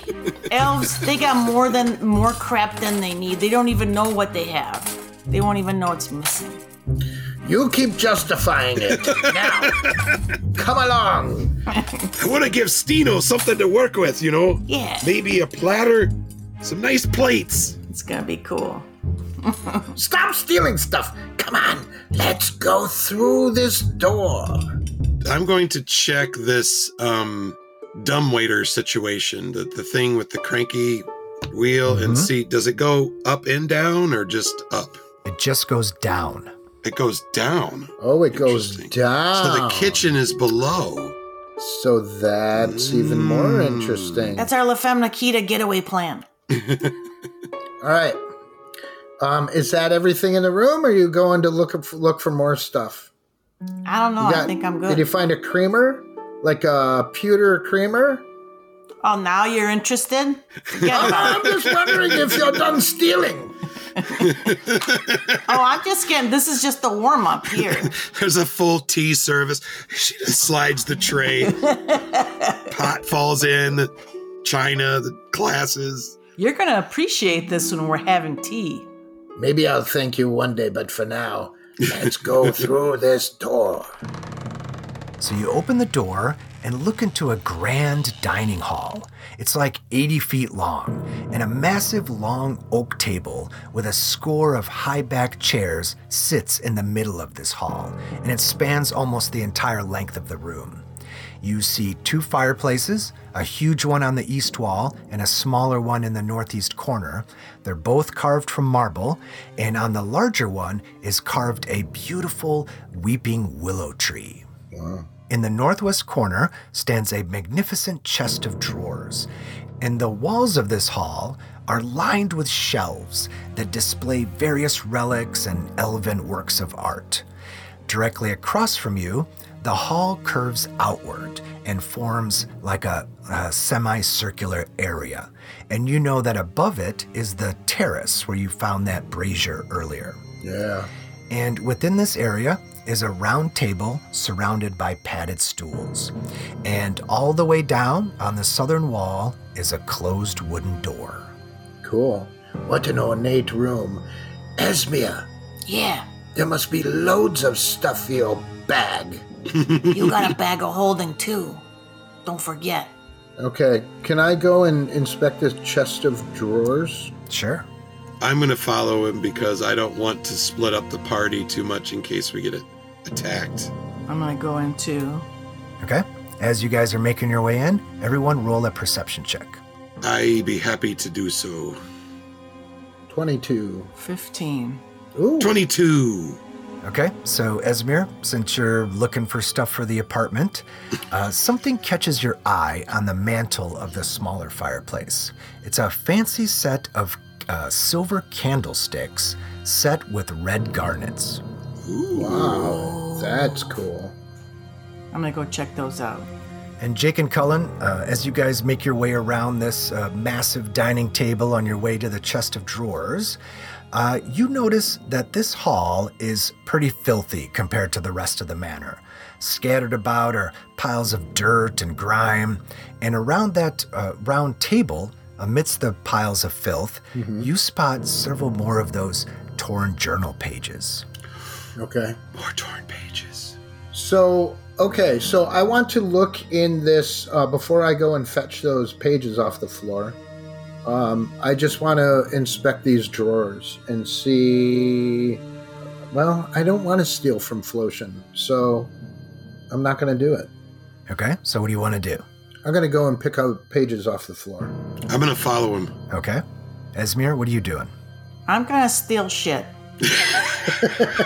Speaker 6: elves, they got more than more crap than they need. They don't even know what they have. They won't even know it's missing.
Speaker 3: You keep justifying it. now, come along.
Speaker 4: I want to give Stino something to work with, you know?
Speaker 6: Yeah.
Speaker 4: Maybe a platter, some nice plates.
Speaker 5: It's gonna be cool.
Speaker 3: Stop stealing stuff. Come on, let's go through this door.
Speaker 4: I'm going to check this um dumbwaiter situation, the, the thing with the cranky wheel and seat. Does it go up and down or just up?
Speaker 1: It just goes down.
Speaker 4: It goes down.
Speaker 3: Oh, it goes
Speaker 4: Interesting.
Speaker 3: down.
Speaker 4: So the kitchen is below.
Speaker 3: So that's even more
Speaker 4: Hmm.
Speaker 3: interesting.
Speaker 6: That's our La Femme Nikita getaway plan.
Speaker 3: All right. Um, is that everything in the room? Or are you going to look up, look for more stuff?
Speaker 5: I don't know.
Speaker 3: You
Speaker 5: Oh, I
Speaker 3: got-
Speaker 5: think I'm good.
Speaker 3: Did you find a creamer, like a pewter
Speaker 4: [laughs]
Speaker 3: creamer?
Speaker 5: oh, now you're interested? Forget
Speaker 3: [laughs]
Speaker 5: about it.
Speaker 3: I'm just wondering if you're done stealing.
Speaker 5: Oh, I'm just kidding. This is just the warm up here.
Speaker 4: There's a full tea service. [laughs] She just slides the tray. Pot falls in, the china, the glasses.
Speaker 5: You're gonna appreciate this when we're having tea.
Speaker 3: Maybe I'll thank you one day, but for now, let's
Speaker 4: [laughs]
Speaker 3: go through this door.
Speaker 1: So you open the door and look into a grand dining hall. It's like 80 feet long, and a massive long oak table with a score of high back chairs sits in the middle of this hall, and it spans almost the entire length of the room. You see two fireplaces, a huge one on the east wall and a smaller one in the northeast corner. They're both carved from marble, and on the larger one is carved a beautiful weeping willow tree. In the northwest corner stands a magnificent chest of drawers, and the walls of this hall are lined with shelves that display various relics and elven works of art. Directly across from you, the hall curves outward and forms like a, a semicircular area. And you know that above it is the terrace where you found that brazier earlier.
Speaker 3: Yeah.
Speaker 1: And within this area is a round table surrounded by padded stools. And all the way down on the southern wall is a closed wooden door.
Speaker 3: Cool. What an ornate room. Esmia,
Speaker 6: Yeah.
Speaker 3: There must be loads of stuff in your bag.
Speaker 6: You got a bag of holding too. Don't forget.
Speaker 3: Okay, can I go and inspect this chest of drawers?
Speaker 1: Sure.
Speaker 4: I'm going to follow him because I don't want to split up the party too much in case we get a- attacked.
Speaker 5: I'm gonna go into.
Speaker 1: Okay. As you guys are making your way in, everyone roll a perception check.
Speaker 4: i be happy to do so.
Speaker 3: 22.
Speaker 5: 15.
Speaker 3: Ooh.
Speaker 4: 22.
Speaker 1: Okay, so Esmir, since you're looking for stuff for the apartment, uh, something catches your eye on the mantle of the smaller fireplace. It's a fancy set of uh, silver candlesticks set with red garnets.
Speaker 3: Wow. That's cool.
Speaker 5: I'm gonna go check those out.
Speaker 1: And Jake and Cullen, uh, as you guys make your way around this uh, massive dining table on your way to the chest of drawers, uh, you notice that this hall is pretty filthy compared to the rest of the manor. Scattered about are piles of dirt and grime, and around that uh, round table, amidst the piles of filth, you spot several more of those torn journal pages.
Speaker 3: Okay.
Speaker 4: More torn pages.
Speaker 3: So, okay, so I want to look in this uh, before I go and fetch those pages off the floor. Um, I just want to inspect these drawers and see. Well, I don't want to steal from Flotion, so I'm not going to do it.
Speaker 1: Okay, so what do you want to do?
Speaker 3: I'm going to go and pick up pages off the floor.
Speaker 4: I'm going to follow him.
Speaker 1: Okay, Esmir, what are you doing?
Speaker 5: I'm gonna steal shit.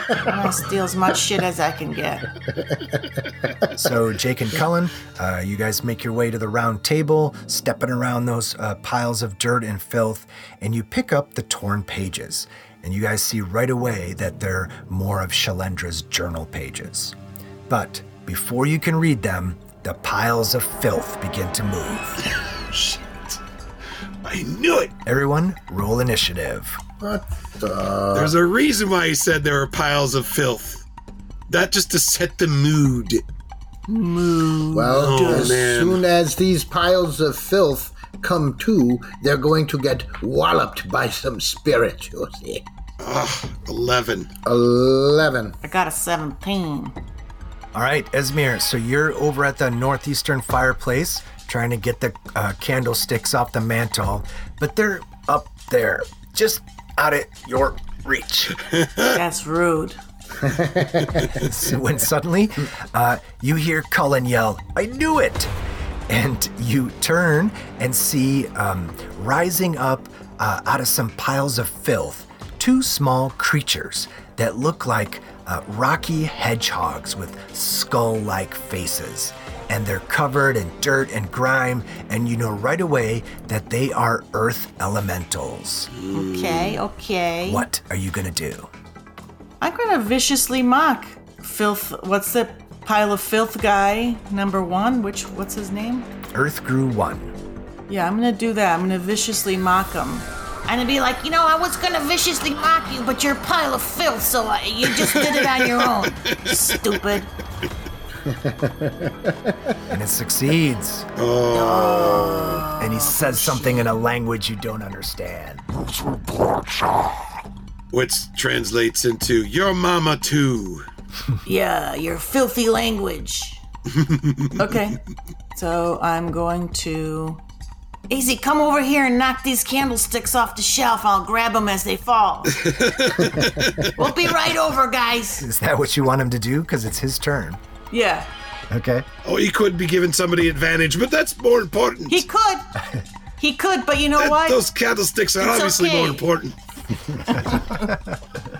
Speaker 5: I'm gonna steal as much shit as I can get.
Speaker 1: So, Jake and Cullen, uh, you guys make your way to the round table, stepping around those uh, piles of dirt and filth, and you pick up the torn pages. And you guys see right away that they're more of Shalendra's journal pages. But before you can read them, the piles of filth begin to move.
Speaker 4: Shit. I knew it.
Speaker 1: Everyone, roll initiative.
Speaker 3: What the?
Speaker 4: There's a reason why he said there were piles of filth. That just to set the mood.
Speaker 3: Well,
Speaker 4: Oh,
Speaker 3: as
Speaker 4: man.
Speaker 3: soon as these piles of filth come to, they're going to get walloped by some spirit, you see.
Speaker 4: Ugh, 11.
Speaker 3: 11.
Speaker 5: I got a 17.
Speaker 1: All right, Esmir, so you're over at the northeastern fireplace trying to get the uh, candlesticks off the mantle, but they're up there, just out of your reach.
Speaker 5: That's rude.
Speaker 1: So [laughs] when suddenly uh, you hear Cullen yell, I knew it! And you turn and see um, rising up uh, out of some piles of filth two small creatures that look like uh, rocky hedgehogs with skull like faces. And they're covered in dirt and grime, and you know right away that they are earth elementals.
Speaker 5: Okay, okay.
Speaker 1: What are you gonna do?
Speaker 5: I'm gonna viciously mock filth. What's the pile of filth guy number one? Which what's his name?
Speaker 1: Earth grew one.
Speaker 5: Yeah, I'm gonna do that. I'm gonna viciously mock him.
Speaker 6: And it'd be like, you know, I was gonna viciously mock you, but you're a pile of filth, so I, you just did it on
Speaker 5: [laughs]
Speaker 6: your own. Stupid.
Speaker 1: and it succeeds. And he says something in a language you don't understand.
Speaker 4: Which translates into your mama too.
Speaker 6: Yeah, your filthy language.
Speaker 5: Okay. so I'm going to.
Speaker 6: Easy, come over here and knock these candlesticks off the shelf. I'll grab them as they fall. we'll be right over, guys.
Speaker 1: Is that what you want him to do? Because it's his turn.
Speaker 5: Yeah,
Speaker 1: Okay.
Speaker 4: Oh, he could be giving somebody advantage, but that's more important.
Speaker 5: he could. He could, but you know
Speaker 4: That-
Speaker 5: what?
Speaker 4: Those candlesticks are obviously more
Speaker 5: okay.
Speaker 4: important.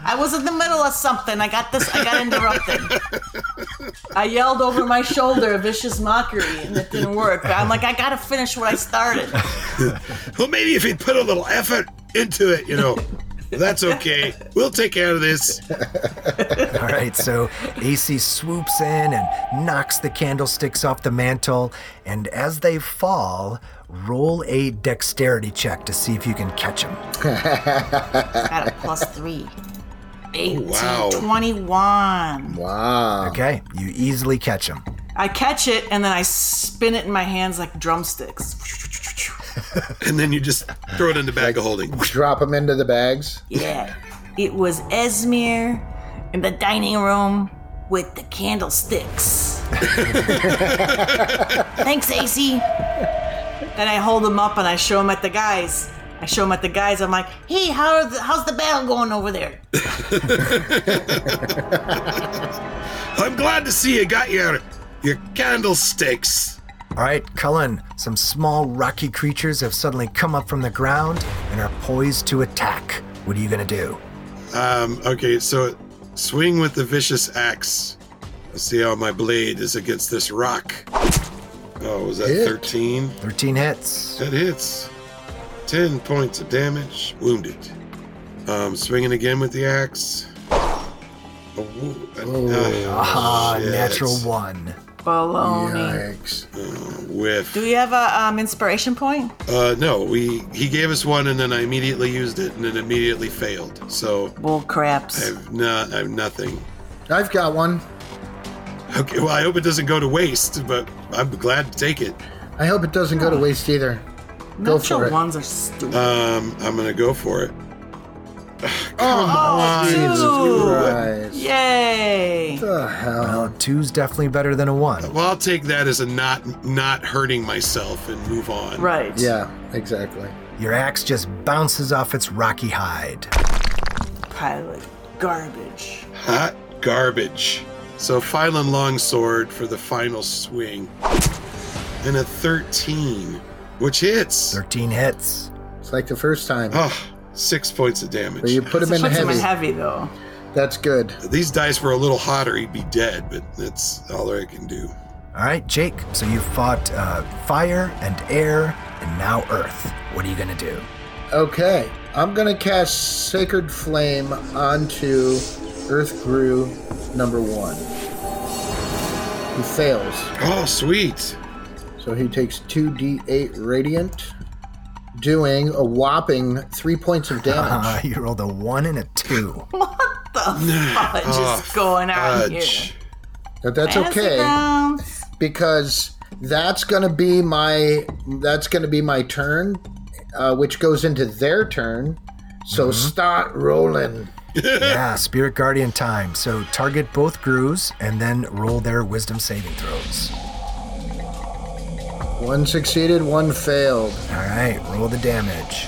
Speaker 5: I was in the middle of something. I got this. I got interrupted. I yelled over my shoulder, a vicious mockery, and it didn't work. I'm like, I gotta finish what I started.
Speaker 4: Well, maybe if he'd put a little effort into it,
Speaker 5: [laughs]
Speaker 4: you know. That's okay. We'll take care of this.
Speaker 1: All right. So AC swoops in and knocks the candlesticks off the mantle. And as they fall, roll a dexterity check to see if you can catch him.
Speaker 5: Got a plus
Speaker 3: [laughs]
Speaker 5: three.
Speaker 3: Oh,
Speaker 6: 18,
Speaker 4: Wow.
Speaker 5: 21.
Speaker 3: Wow.
Speaker 1: Okay. You easily catch him.
Speaker 5: I catch it and then I spin it in my hands like drumsticks.
Speaker 4: And then you just throw it in the bag of holding.
Speaker 3: Drop them into the bags. [laughs]
Speaker 5: Yeah.
Speaker 6: It was Esmir in the dining room with
Speaker 3: [laughs]
Speaker 6: the candlesticks. Thanks, AC.
Speaker 5: Then I hold him up and I show him at the guys. I show him at the guys. I'm like,
Speaker 6: Hey, how are the, how's the battle going
Speaker 3: [laughs]
Speaker 6: over there?
Speaker 4: I'm glad to see you got your your candlesticks.
Speaker 1: All right, Cullen, some small rocky creatures have suddenly come up from the ground and are poised to attack. What are you going to do?
Speaker 4: Um, okay, so swing with the vicious axe. Let's see how my blade is against this rock. Oh, was that
Speaker 3: Hit.
Speaker 4: 13?
Speaker 1: 13 hits.
Speaker 4: That hits. 10 points of damage, wounded. Um, swinging again with the axe. Oh, woo-
Speaker 3: Oh,
Speaker 1: Ah,
Speaker 4: shit.
Speaker 1: natural one.
Speaker 5: baloney.
Speaker 3: yikes.
Speaker 4: Oh, Whiff.
Speaker 5: Do we have a um, inspiration point?
Speaker 4: Uh, no, we he gave us one and then I immediately used it and it immediately failed. So
Speaker 5: Bull craps.
Speaker 4: I've not I have nothing.
Speaker 3: I've got one.
Speaker 4: Okay, well I hope it doesn't go to waste, but I'm glad to take it.
Speaker 3: I hope it doesn't go to waste either. Go
Speaker 5: Natural
Speaker 3: for it.
Speaker 5: ones are stupid.
Speaker 4: Um, I'm gonna go for it.
Speaker 5: oh, two!
Speaker 3: Christ.
Speaker 5: Yay!
Speaker 3: The hell?
Speaker 1: Well, two's definitely better than a one.
Speaker 4: Well, I'll take that as a not not hurting myself and move on.
Speaker 5: Right.
Speaker 3: Yeah, exactly.
Speaker 1: Your axe just bounces off its rocky hide.
Speaker 5: Pilot garbage.
Speaker 4: Hot garbage. So Phylon Longsword for the final swing. And a 13, which hits.
Speaker 1: 13 hits.
Speaker 3: It's like the first time.
Speaker 4: Oh, six points of
Speaker 3: But you
Speaker 4: damage.
Speaker 3: put him in
Speaker 5: Puts him
Speaker 3: heavy.
Speaker 5: in heavy though.
Speaker 3: That's good.
Speaker 4: These dice were a little hotter, he'd be dead, but that's all I can do.
Speaker 1: All right, Jake, so you fought uh, fire and air and now earth. What are you going to do?
Speaker 3: Okay, I'm gonna cast Sacred Flame onto Earth Grew number one. He fails,
Speaker 4: Oh, sweet.
Speaker 3: so he takes 2d8 radiant, doing a whopping three points of
Speaker 1: Uh, [laughs]
Speaker 3: damage.
Speaker 1: you rolled a one and a two.
Speaker 3: [sighs]
Speaker 5: [laughs] Fudge
Speaker 4: Oh,
Speaker 5: is going on here.
Speaker 4: Fudge.
Speaker 3: But that's
Speaker 6: Pass it
Speaker 3: okay
Speaker 6: down.
Speaker 3: because that's gonna be my that's gonna be my turn, uh, which goes into their turn. So start rolling.
Speaker 1: yeah, Spirit Guardian time. So target both Grews and then roll their wisdom saving throws.
Speaker 3: One succeeded, one failed.
Speaker 1: All right, roll the damage.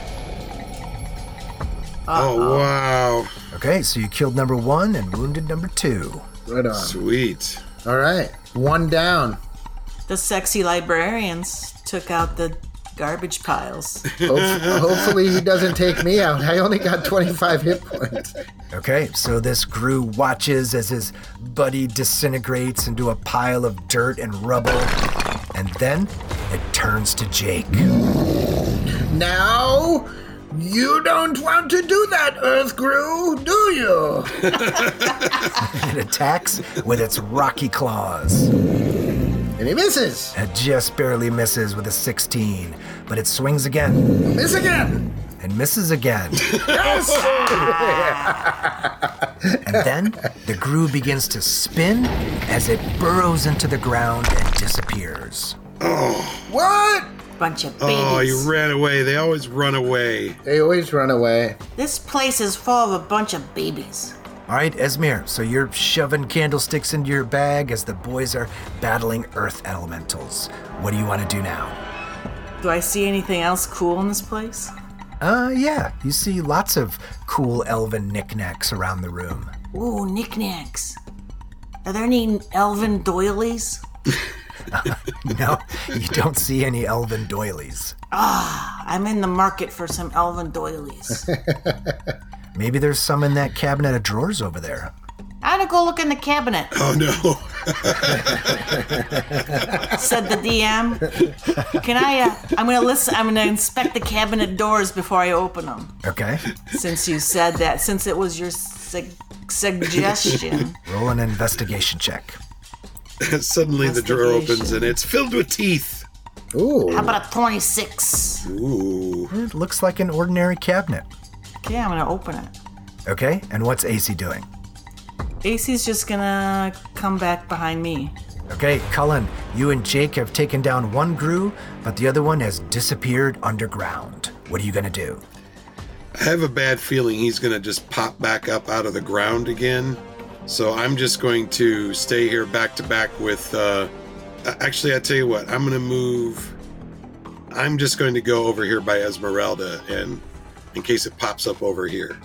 Speaker 4: Oh, wow.
Speaker 1: Okay, so you killed number one and wounded number two.
Speaker 3: Right on.
Speaker 4: Sweet.
Speaker 3: All right, one down.
Speaker 5: The sexy librarians took out the garbage piles.
Speaker 3: Hope- hopefully he doesn't take me out. I only got 25 hit points.
Speaker 1: Okay, so this Gru watches as his buddy disintegrates into a pile of dirt and rubble, and then it turns to Jake. [laughs]
Speaker 3: Now, you don't want to do that, Earth Grew, do you?
Speaker 1: It attacks with its rocky claws.
Speaker 3: And he misses.
Speaker 1: It just barely misses with a 16, but it swings again
Speaker 3: Miss again.
Speaker 1: and misses again. and then the Gru begins to spin as it burrows into the ground and disappears.
Speaker 3: What?
Speaker 6: Bunch of babies.
Speaker 4: [laughs] Oh, you ran away. They always run away.
Speaker 3: They always run away.
Speaker 6: this place is full of a bunch of babies.
Speaker 1: All right, Esmir, so you're shoving candlesticks into your bag as the boys are battling earth elementals. What do you want to do now?
Speaker 5: Do I see anything else cool in this place?
Speaker 1: Uh, yeah, you see lots of cool elven knickknacks around the room. [laughs]
Speaker 6: Ooh, knickknacks. Are there any elven doilies?
Speaker 1: No, you don't see any elven doilies.
Speaker 6: I'm in the market for some elven
Speaker 3: [laughs]
Speaker 6: doilies.
Speaker 1: Maybe there's some in that cabinet of drawers over there.
Speaker 6: I'm gonna go look in the cabinet,
Speaker 4: Oh, no. [laughs]
Speaker 6: said the DM. Can I? Uh, I'm gonna listen. I'm gonna inspect the cabinet doors before I open them.
Speaker 1: Okay,
Speaker 6: Since you said that, since it was your sug- suggestion.
Speaker 1: roll an investigation check.
Speaker 4: Suddenly the drawer opens
Speaker 5: Investigation.
Speaker 4: and it's filled with teeth.
Speaker 6: How
Speaker 3: Ooh.
Speaker 6: about a 26?
Speaker 4: Ooh.
Speaker 1: It looks like an ordinary cabinet.
Speaker 5: Okay, I'm gonna open it.
Speaker 1: Okay, and what's AC doing?
Speaker 5: AC's just gonna come back behind me.
Speaker 1: Okay, Cullen, you and Jake have taken down one Gru, but the other one has disappeared underground. What are you gonna do?
Speaker 4: I have a bad feeling he's going to just pop back up out of the ground again. So I'm just going to stay here back to back with. Uh, a- actually, I tell you what, I'm going to move. I'm just going to go over here by Esmeralda, and in case it pops up over here,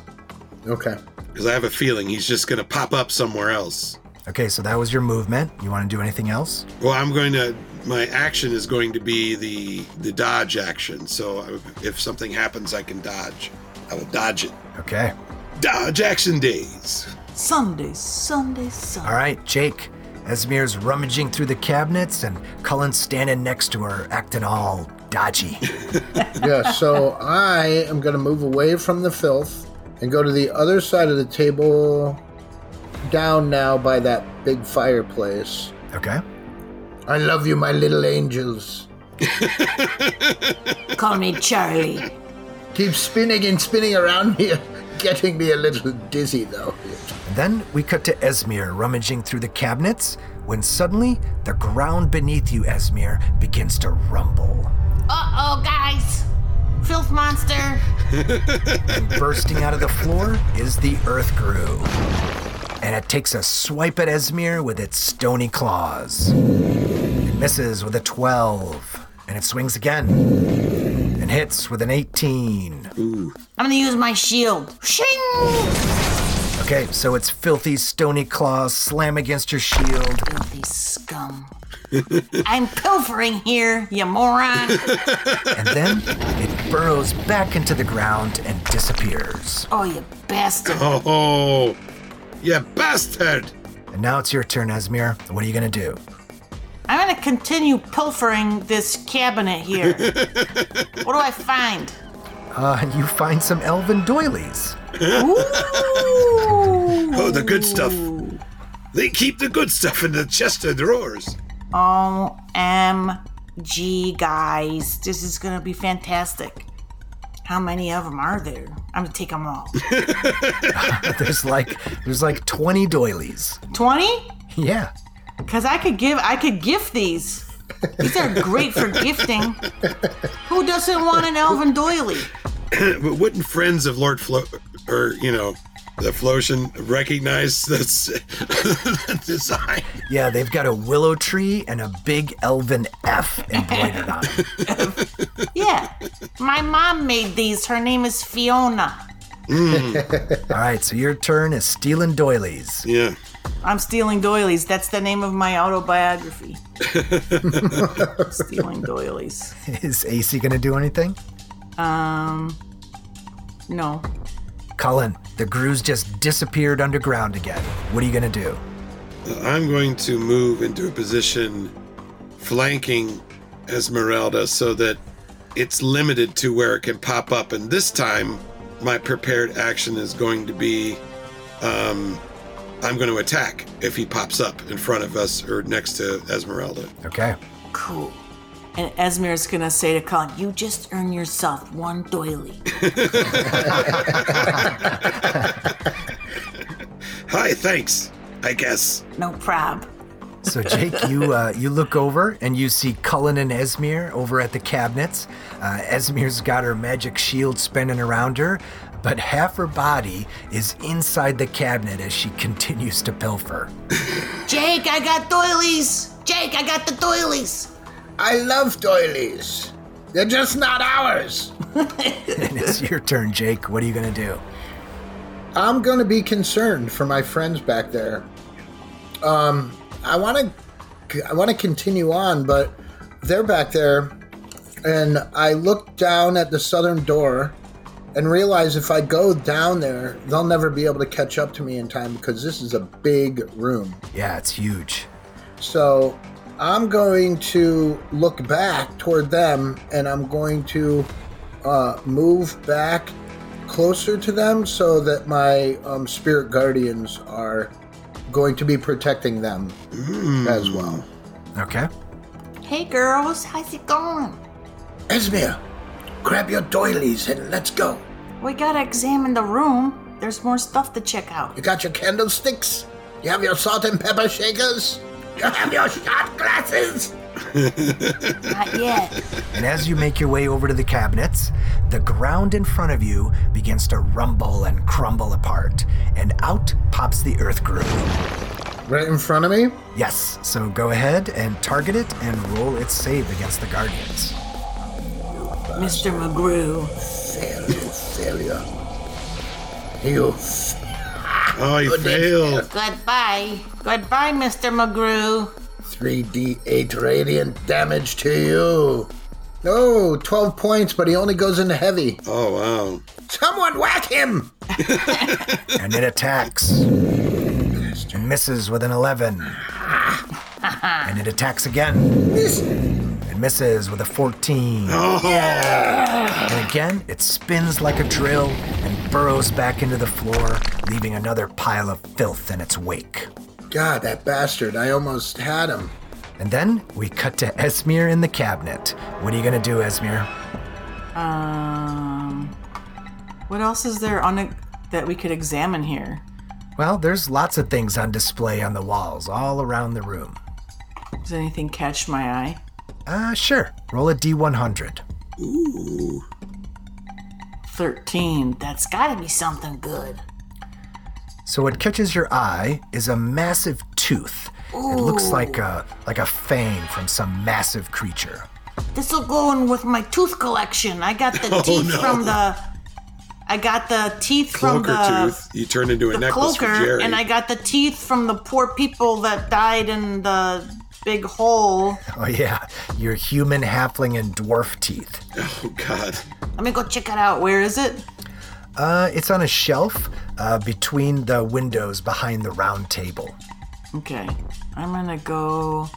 Speaker 3: Okay.
Speaker 4: because I have a feeling he's just going to pop up somewhere else.
Speaker 1: Okay, so that was your movement. You want to do anything else?
Speaker 4: Well, I'm going to. My action is going to be the the dodge action. So I- if something happens, I can dodge. I will dodge it.
Speaker 1: Okay.
Speaker 4: Dodge action days.
Speaker 7: Sunday, Sunday, Sunday.
Speaker 1: All right, Jake. Esmir's rummaging through the cabinets, and Cullen's standing next to her, acting all dodgy.
Speaker 3: Yeah, so I am going to move away from the filth and go to the other side of the table, down now by that big fireplace.
Speaker 1: Okay.
Speaker 3: I love you, my little angels.
Speaker 5: Call me Charlie.
Speaker 3: Keep spinning and spinning around me, [laughs] getting me a little dizzy, though.
Speaker 1: Then we cut to Esmir rummaging through the cabinets when suddenly the ground beneath you, Esmir, begins to rumble.
Speaker 5: Uh oh, guys. Filth monster.
Speaker 1: Bursting out of the floor is the Earth Grew. And it takes a swipe at Esmir with its stony claws. It misses with a 12, and it swings again, and hits with an 18.
Speaker 5: I'm gonna use my shield. Shing!
Speaker 1: Okay, so its filthy, stony claws slam against your shield.
Speaker 5: Filthy
Speaker 1: [laughs]
Speaker 5: scum. I'm pilfering here, you moron.
Speaker 1: and then it burrows back into the ground and disappears.
Speaker 5: Oh, you bastard.
Speaker 4: Oh, yeah, bastard!
Speaker 1: And now it's your turn, Esmir. What are you gonna do?
Speaker 5: I'm gonna continue pilfering this cabinet
Speaker 4: [laughs]
Speaker 5: here. what do I find?
Speaker 1: Uh, you find some elven doilies.
Speaker 4: Oh, the good stuff. They keep the good stuff in the chest of drawers. [coughs]
Speaker 5: OMG, guys. This is gonna be fantastic. How many of them are there? I'm gonna take them
Speaker 4: [laughs]
Speaker 5: all.
Speaker 1: There's like there's like 20 doilies.
Speaker 5: 20?
Speaker 1: Yeah.
Speaker 5: Cause I could give I could gift these. These are great for gifting. Who doesn't want an elven doily?
Speaker 4: But wouldn't friends of Lord Flo, or you know, the Flotion recognize this [laughs] the design?
Speaker 1: Yeah, they've got a willow tree and a big elven F embroidered on [laughs] it.
Speaker 5: Yeah. My mom made these. Her name is Fiona.
Speaker 1: All right, so your turn is stealing doilies. [laughs]
Speaker 4: Yeah.
Speaker 5: I'm stealing doilies. That's the name of my autobiography. stealing doilies.
Speaker 1: Is AC gonna do anything?
Speaker 5: Um no.
Speaker 1: Cullen, the grooves just disappeared underground again. What are you gonna do?
Speaker 4: I'm going to move into a position flanking Esmeralda so that it's limited to where it can pop up. And this time, my prepared action is going to be um, I'm going to attack if he pops up in front of us or next to Esmeralda.
Speaker 1: Okay.
Speaker 5: Cool. And Esmir's gonna say to Colin, you just earn yourself one doily.
Speaker 4: Hi, thanks, I guess.
Speaker 5: No prob.
Speaker 1: So Jake, [laughs] you uh, you look over and you see Cullen and Esmir over at the cabinets. Uh, Esmir's got her magic shield spinning around her, but half her body is inside the cabinet as she [laughs] continues to pilfer. [laughs]
Speaker 5: Jake, I got doilies! Jake, I got the doilies!
Speaker 3: I love doilies. They're just not ours.
Speaker 1: And it's your turn, Jake. What are you gonna do?
Speaker 3: I'm going to be concerned for my friends back there. Um, I want to, I want to continue on, but they're back there, and I look down at the southern door, and realize if I go down there, they'll never be able to catch up to me in time because this is a big room.
Speaker 1: Yeah, it's huge.
Speaker 3: So I'm going to look back toward them and I'm going to uh, move back closer to them so that my um, spirit guardians are going to be protecting them as well.
Speaker 1: Okay.
Speaker 5: Hey girls, how's it going?
Speaker 3: Esmir, grab your doilies and let's go.
Speaker 5: We gotta examine the room. There's more stuff to check out.
Speaker 3: You got your candlesticks? You have your salt and pepper shakers? You have your shot glasses?
Speaker 6: Not yet.
Speaker 1: And as you make your way over to the cabinets, the ground in front of you begins to rumble and crumble apart, and out pops the earth group.
Speaker 3: Right in front of me?
Speaker 1: Yes, so go ahead and target it and roll its save against the guardians.
Speaker 6: Mr. McGrew.
Speaker 3: Failure, failure. You. f-
Speaker 4: Oh, he failed.
Speaker 6: Goodbye. Goodbye, Mr. McGrew.
Speaker 3: 3d8 radiant damage to you. No, 12 points, but he only goes into heavy.
Speaker 4: Oh, wow.
Speaker 3: Someone whack him!
Speaker 1: And it attacks. And misses with an 11. And it attacks again.
Speaker 3: This
Speaker 1: And misses with a 14.
Speaker 4: Oh,
Speaker 1: And again, it spins like a drill and burrows back into the floor, leaving another pile of filth in its wake.
Speaker 3: God, that bastard. I almost had him.
Speaker 1: And then we cut to Esmir in the cabinet. What are you gonna do, Esmir?
Speaker 5: Um, what else is there on it that we could examine here?
Speaker 1: Well, there's lots of things on display on the walls all around the room.
Speaker 5: Does anything catch my eye?
Speaker 1: Uh, sure. Roll a d100.
Speaker 5: Thirteen.
Speaker 6: That's gotta be something good.
Speaker 1: So what catches your eye is a massive tooth. It looks like a like a fang from some massive creature.
Speaker 6: This'll go in with my tooth collection.
Speaker 4: [laughs]
Speaker 6: I got the
Speaker 4: Oh,
Speaker 6: teeth
Speaker 4: no.
Speaker 6: from the. I got the teeth from
Speaker 4: cloaker
Speaker 6: the.
Speaker 4: tooth. You turned into a
Speaker 6: the
Speaker 4: necklace for
Speaker 6: cloaker,
Speaker 4: Jerry.
Speaker 6: and I got the teeth from the poor people that died in the big hole.
Speaker 1: Oh yeah, your human halfling and dwarf teeth.
Speaker 4: Oh, [laughs] God.
Speaker 6: Let me go check it
Speaker 5: Out.
Speaker 6: out.
Speaker 5: Where is it?
Speaker 1: Uh, it's on a shelf uh, between the windows behind the round table.
Speaker 5: Okay. I'm gonna go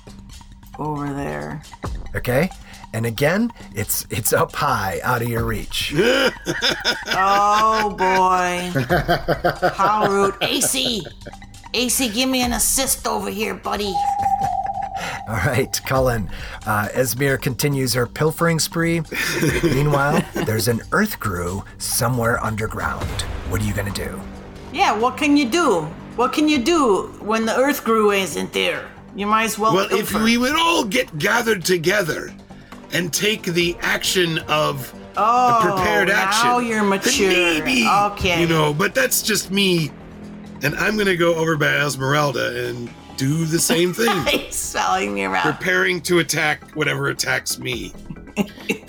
Speaker 5: over there.
Speaker 1: Okay, and again, it's it's up high, out of your reach.
Speaker 5: Oh boy. How rude.
Speaker 6: [laughs] AC! AC, give me an assist over here, buddy.
Speaker 1: All right, Cullen. Uh, Esmir continues her pilfering spree. Meanwhile, there's an earth grew somewhere underground. What are you gonna do?
Speaker 5: Yeah, what can you do? What can you do when the earth grew isn't there? You might as well.
Speaker 4: Well, if
Speaker 5: pilfer.
Speaker 4: we would all get gathered together and take the action of
Speaker 5: Oh,
Speaker 4: the prepared action,
Speaker 5: now you're
Speaker 4: then
Speaker 5: mature.
Speaker 4: Maybe,
Speaker 5: Okay.
Speaker 4: You
Speaker 6: [laughs]
Speaker 4: know, but that's just me. And I'm going to go over by Esmeralda and do the
Speaker 5: [laughs]
Speaker 4: same thing,
Speaker 5: He's selling me around.
Speaker 4: preparing to attack whatever attacks me. [laughs]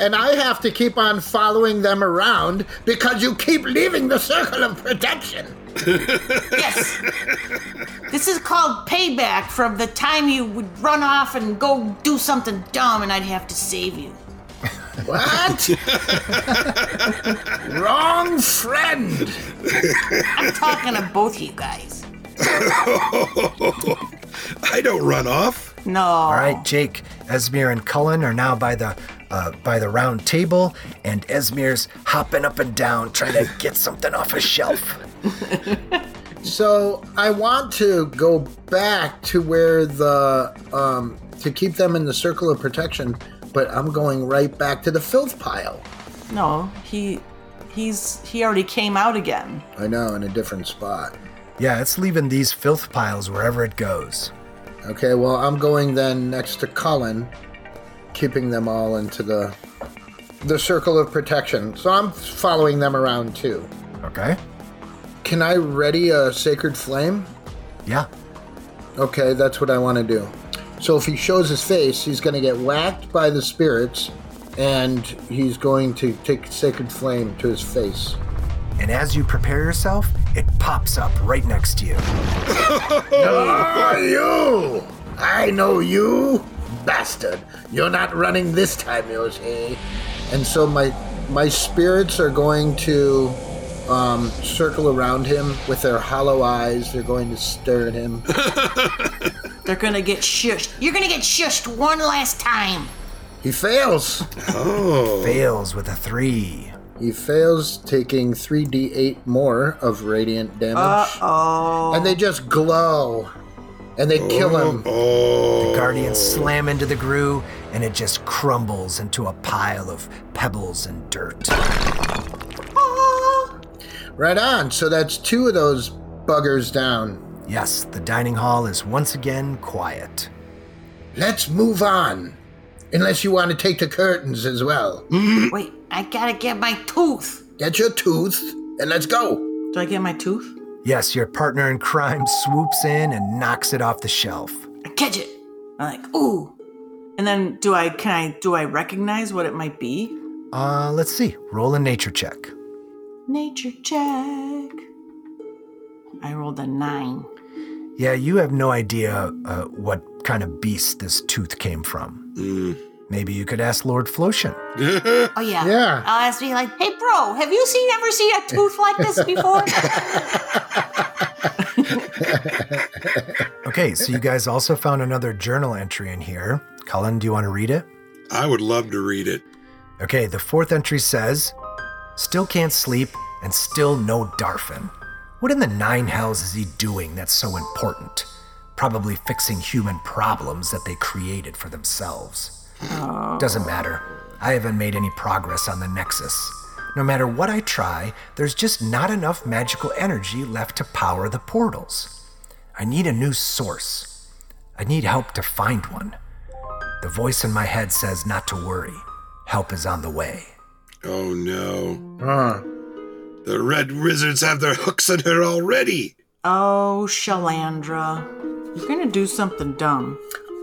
Speaker 3: And I have to keep on following them around because you keep leaving the circle of protection.
Speaker 4: [laughs]
Speaker 6: Yes! this is called payback from the time you would run off and go do something dumb and I'd have to save you.
Speaker 3: What? Wrong friend.
Speaker 6: I'm
Speaker 4: [laughs]
Speaker 6: talking to both you guys.
Speaker 4: I don't run off.
Speaker 5: No.
Speaker 1: All right, Jake, Esmir, and Cullen are now by the uh, by the round table, and Esmir's hopping up and down trying to get something off a shelf.
Speaker 3: So I want to go back to where the um to keep them in the circle of protection, but I'm going right back to the filth pile.
Speaker 5: No, he he's he already came out again.
Speaker 3: I know, in a different spot.
Speaker 1: Yeah, it's leaving these filth piles wherever it goes.
Speaker 3: Okay, well I'm going then next to Colin, keeping them all into the the circle of protection. So I'm following them around too.
Speaker 1: Okay.
Speaker 3: Can I ready a sacred flame?
Speaker 1: Yeah.
Speaker 3: Okay, that's what I want to do. So if he shows his face, he's going to get whacked by the spirits, and he's going to take sacred flame to his face.
Speaker 1: And as you prepare yourself, it pops up right next to you.
Speaker 3: Are you? I know you, bastard. You're not running this time, you see. eh? And so my my spirits are going to um, circle around him with their hollow eyes. They're going to stare at him.
Speaker 5: They're gonna get shushed.
Speaker 6: You're gonna get shushed one last time.
Speaker 3: he fails.
Speaker 4: Oh,
Speaker 1: Fails with a three.
Speaker 3: He fails, taking 3d8 more of radiant damage.
Speaker 5: Oh,
Speaker 3: And they just glow. And they kill him.
Speaker 4: oh,
Speaker 1: Guardians slam into the grue, and it just crumbles into a pile of pebbles and dirt.
Speaker 3: Right on. So that's two of those buggers down.
Speaker 1: Yes, the dining hall is once again quiet.
Speaker 3: Let's move on. Unless you want to take the curtains as well.
Speaker 4: Mm.
Speaker 6: Wait, I gotta get my tooth.
Speaker 3: Get your tooth and let's go.
Speaker 5: Do I get my tooth?
Speaker 1: Yes, your partner in crime [laughs] swoops in and knocks it off the shelf.
Speaker 6: I catch it.
Speaker 5: I'm like, ooh. And then do I can I do I recognize what it might be?
Speaker 1: Uh, let's see. Roll a nature check.
Speaker 6: Nature check. I rolled a nine.
Speaker 1: Yeah, you have no idea uh, what kind of beast this tooth came from. Maybe you could ask Lord Flotian.
Speaker 6: Oh yeah.
Speaker 3: Yeah.
Speaker 6: I'll ask me like, hey bro, have you seen ever seen a tooth like this before?
Speaker 1: Okay, so you guys also found another journal entry in here. Cullen, do you want to read it?
Speaker 4: I would love to read it.
Speaker 1: Okay, the fourth entry says, Still can't sleep and still no Darfin. What in the nine hells is he doing that's so important? Probably fixing human problems that they created for themselves. Doesn't matter. I haven't made any progress on the Nexus. No matter what I try, there's just not enough magical energy left to power the portals. I need a new source. I need help to find one. The voice in my head says not to worry. Help is on the way.
Speaker 4: Oh no.
Speaker 3: Huh.
Speaker 4: The red wizards have their hooks in her already.
Speaker 5: Oh, Shalandra. You're gonna do something dumb.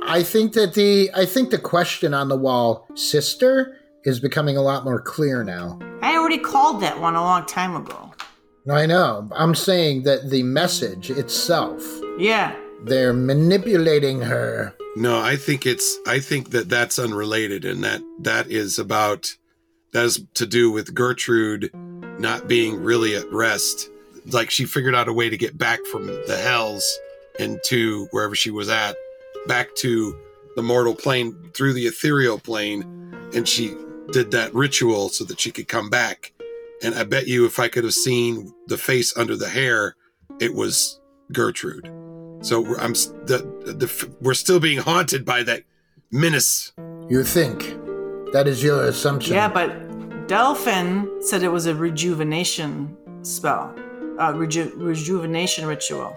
Speaker 3: I think that the I think the question on the wall, sister, is becoming a lot more clear now.
Speaker 6: I already called that one a long time ago.
Speaker 3: No, I know. I'm saying that the message itself,
Speaker 5: Yeah.
Speaker 3: they're manipulating her.
Speaker 4: No, I think it's I think that that's unrelated and that that is about that is to do with Gertrude not being really at rest. Like she figured out a way to get back from the hells and to wherever she was at back to the mortal plane through the ethereal plane and she did that ritual so that she could come back. And I bet you if I could have seen the face under the hair, it was Gertrude. So we're, I'm s- the, the f- we're still being haunted by that menace.
Speaker 3: You think that is your assumption?
Speaker 5: Yeah, but Delphin said it was a rejuvenation spell. Uh, reju- rejuvenation ritual.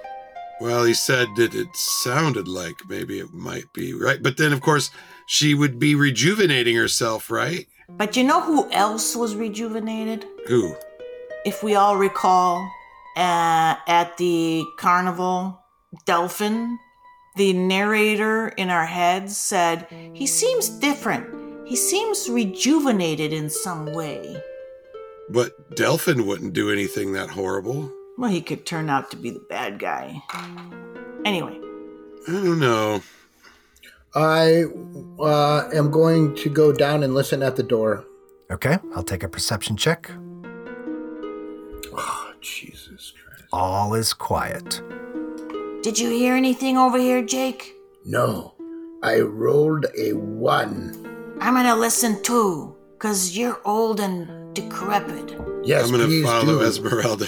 Speaker 4: Well, he said that it sounded like maybe it might be right, but then of course she would be rejuvenating herself, right?
Speaker 6: But you know who else was rejuvenated?
Speaker 4: Who?
Speaker 5: If we all recall, uh, at the carnival, Delphin, the narrator in our heads said,
Speaker 6: He seems different. He seems rejuvenated in some way.
Speaker 4: But Delphin wouldn't do anything that horrible.
Speaker 5: well, he could turn out to be the bad guy. Anyway,
Speaker 4: I don't know.
Speaker 3: I uh, am going to go down and listen at the door.
Speaker 1: Okay, I'll take a perception check.
Speaker 3: Oh, Jesus Christ.
Speaker 1: All is quiet.
Speaker 6: Did you hear anything over here, Jake?
Speaker 3: No, I rolled a one.
Speaker 6: I'm gonna listen too, cause you're old and decrepit.
Speaker 3: Yes,
Speaker 4: I'm gonna
Speaker 3: please
Speaker 4: follow
Speaker 3: do.
Speaker 4: Esmeralda.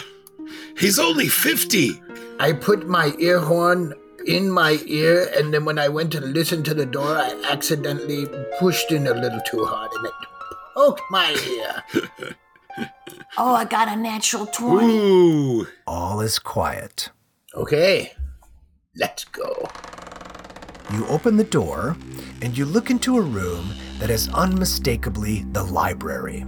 Speaker 4: He's only fifty.
Speaker 3: I put my ear horn in my ear, and then when I went to listen to the door, I accidentally pushed in a little too hard, and it poked my ear.
Speaker 6: Oh, I got a natural 20.
Speaker 4: Ooh. [laughs]
Speaker 1: All is quiet.
Speaker 3: okay, let's go.
Speaker 1: You open the door and you look into a room that is unmistakably the library.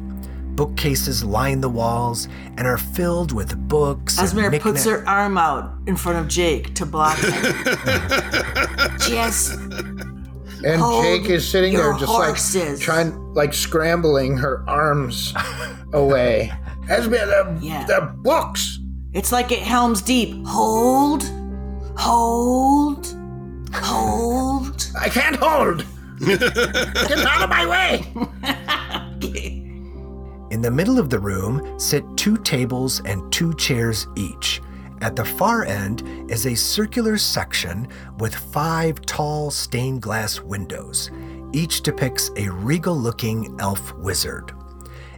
Speaker 1: Bookcases line the walls and are filled with books. and
Speaker 5: Esmer puts
Speaker 1: knickknacks.
Speaker 5: her arm out in front of Jake to block him.
Speaker 6: Just
Speaker 3: And
Speaker 6: Hold
Speaker 3: Jake is sitting there
Speaker 6: your
Speaker 3: just
Speaker 6: horses.
Speaker 3: like trying, like scrambling her arms away. Esmeralda,
Speaker 6: Yeah.
Speaker 3: the books.
Speaker 5: it's like at Helm's Deep.
Speaker 6: hold, hold, hold.
Speaker 3: I can't hold. Get out of my way.
Speaker 1: In the middle of the room sit two tables and two chairs each. At the far end is a circular section with five tall stained glass windows. Each depicts a regal looking elf wizard.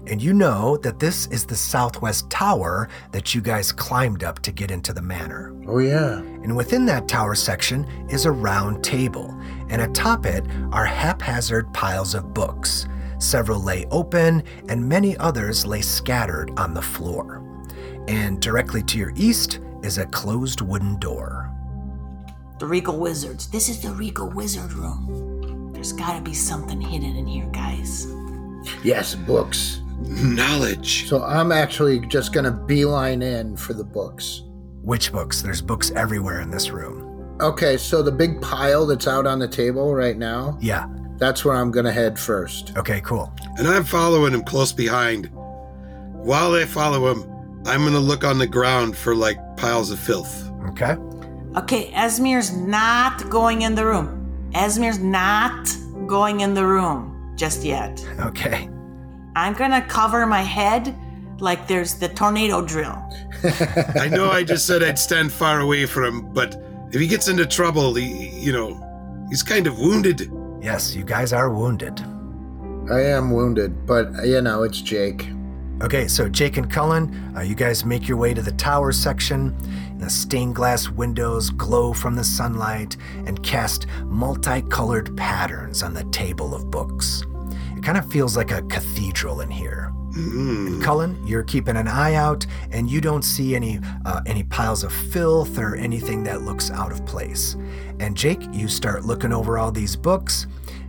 Speaker 1: And you know that this is the southwest tower that you guys climbed up to get into the manor.
Speaker 3: Oh yeah.
Speaker 1: And within that tower section is a round table, and atop it are haphazard piles of books. Several lay open, and many others lay scattered on the floor. And directly to your east is a closed wooden door.
Speaker 5: The Regal
Speaker 6: Wizards. This is the Rico Wizard Room. There's gotta be something hidden in here, guys.
Speaker 3: Yes, books.
Speaker 4: Knowledge.
Speaker 3: So I'm actually just gonna beeline in for the books.
Speaker 1: Which books? There's books everywhere in this room.
Speaker 3: Okay, so the big pile that's out on the table right now,
Speaker 1: Yeah.
Speaker 3: that's where I'm gonna head first.
Speaker 1: Okay, cool.
Speaker 4: And I'm following him close behind. While I follow him, I'm going to look on the ground for like piles of filth.
Speaker 1: Okay. [laughs]
Speaker 6: Okay, Esmir's not going in the room. Esmir's not going in the room just yet.
Speaker 1: Okay.
Speaker 6: I'm gonna cover my head like there's the tornado drill.
Speaker 4: I know I just said I'd stand far away from him, but if he gets into trouble, he, you know, he's kind of wounded.
Speaker 1: Yes, you guys are wounded.
Speaker 3: I am wounded, but you know, it's Jake.
Speaker 1: Okay, so Jake and Cullen, uh, you guys make your way to the tower section. The stained glass windows glow from the sunlight and cast multicolored patterns on the table of books. It kind of feels like a cathedral in here. And Cullen, you're keeping an eye out, and you don't see any uh, any piles of filth or anything that looks out of place. And Jake, you start looking over all these books,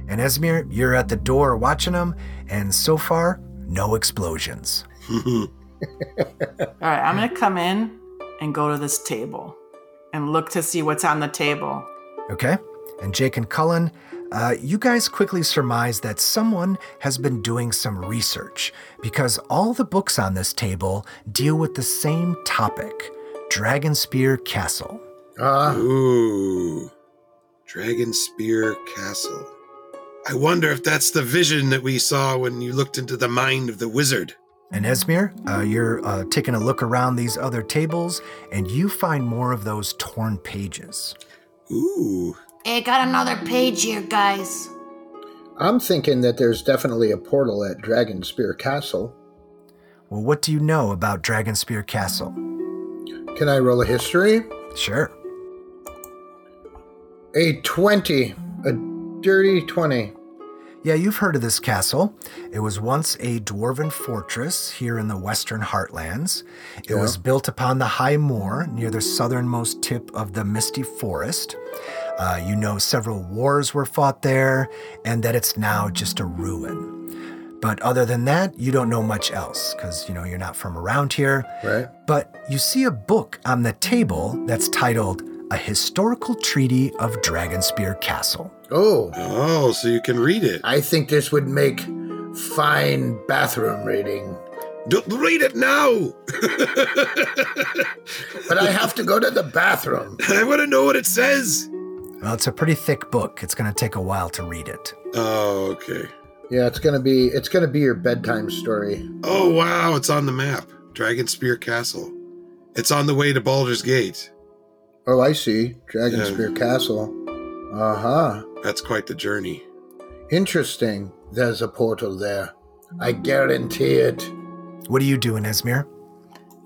Speaker 1: and Esmir, you're at the door watching them, and so far, no explosions.
Speaker 5: All right, I'm gonna come in and go to this table and look to see what's on the table.
Speaker 1: Okay. And Jake and Cullen, uh, you guys quickly surmise that someone has been doing some research because all the books on this table deal with the same topic Dragonspear Castle.
Speaker 3: Uh,
Speaker 4: Ooh. Dragon Spear Castle. I wonder if that's the vision that we saw when you looked into the mind of the wizard.
Speaker 1: And Esmir, uh, you're uh, taking a look around these other tables and you find more of those torn pages.
Speaker 4: Ooh.
Speaker 6: Hey, I got another page here, guys.
Speaker 3: I'm thinking that there's definitely a portal at Dragon Spear Castle.
Speaker 1: Well, what do you know about Dragonspear Castle?
Speaker 3: Can I roll a history?
Speaker 1: Sure.
Speaker 3: A 20. A dirty 20.
Speaker 1: Yeah, you've heard of this castle. It was once a dwarven fortress here in the western heartlands. It was built upon the high moor near the southernmost tip of the misty forest. Uh, you know, several wars were fought there, and that it's now just a ruin. But other than that, you don't know much else because, you know, you're not from around here.
Speaker 3: Right.
Speaker 1: But you see a book on the table that's titled A Historical Treaty of Dragonspear Castle.
Speaker 3: Oh,
Speaker 4: Oh, so you can read it.
Speaker 3: I think this would make fine bathroom reading.
Speaker 4: Don't read it now. [laughs]
Speaker 3: But I have to go to the bathroom.
Speaker 4: [laughs] I want to know what it says.
Speaker 1: Well, it's a pretty thick book. It's going to take a while to read it.
Speaker 4: Oh, okay.
Speaker 3: Yeah, it's gonna be it's gonna be your bedtime story.
Speaker 4: Oh, wow. It's on the map. Dragon Spear Castle. It's on the way to Baldur's Gate.
Speaker 3: Oh, I see. Dragon
Speaker 4: Yeah.
Speaker 3: Spear Castle. Uh huh.
Speaker 4: That's quite the journey.
Speaker 3: Interesting. There's a portal there. I guarantee it.
Speaker 1: What are you doing, Esmir?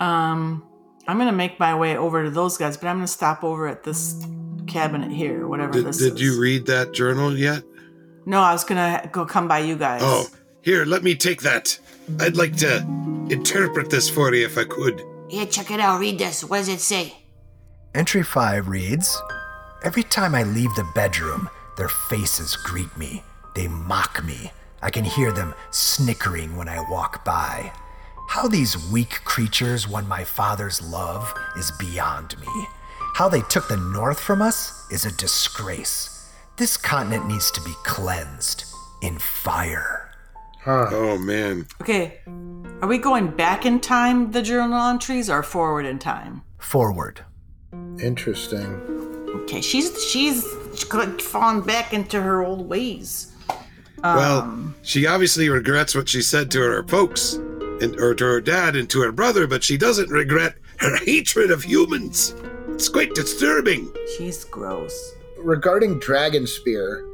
Speaker 5: Um, I'm gonna make my way over to those guys, but I'm gonna stop over at this cabinet here, whatever
Speaker 4: Did,
Speaker 5: Oh, this
Speaker 4: did
Speaker 5: is.
Speaker 4: you read that journal yet?
Speaker 5: No, I was gonna go come by you guys.
Speaker 4: Oh, here, let me take that. I'd like to interpret this for you if I could.
Speaker 6: Here, check it out. Read this. What does it say?
Speaker 1: Entry 5 reads Every time I leave the bedroom, their faces greet me. They mock me. I can hear them snickering when I walk by. How these weak creatures won my father's love is beyond me. How they took the north from us is a disgrace. This continent needs to be cleansed in fire.
Speaker 3: Huh.
Speaker 4: Oh, man.
Speaker 5: Okay. Are we going back in time the journal entries or forward in time?
Speaker 1: Forward.
Speaker 3: Interesting.
Speaker 6: Okay, she's she's falling back into her old ways.
Speaker 5: Um.
Speaker 4: well, she obviously regrets what she said to her folks, and, or to her dad and to her brother, but she doesn't regret her [laughs] hatred of humans. It's quite disturbing.
Speaker 6: She's gross.
Speaker 3: Regarding Dragon Spear,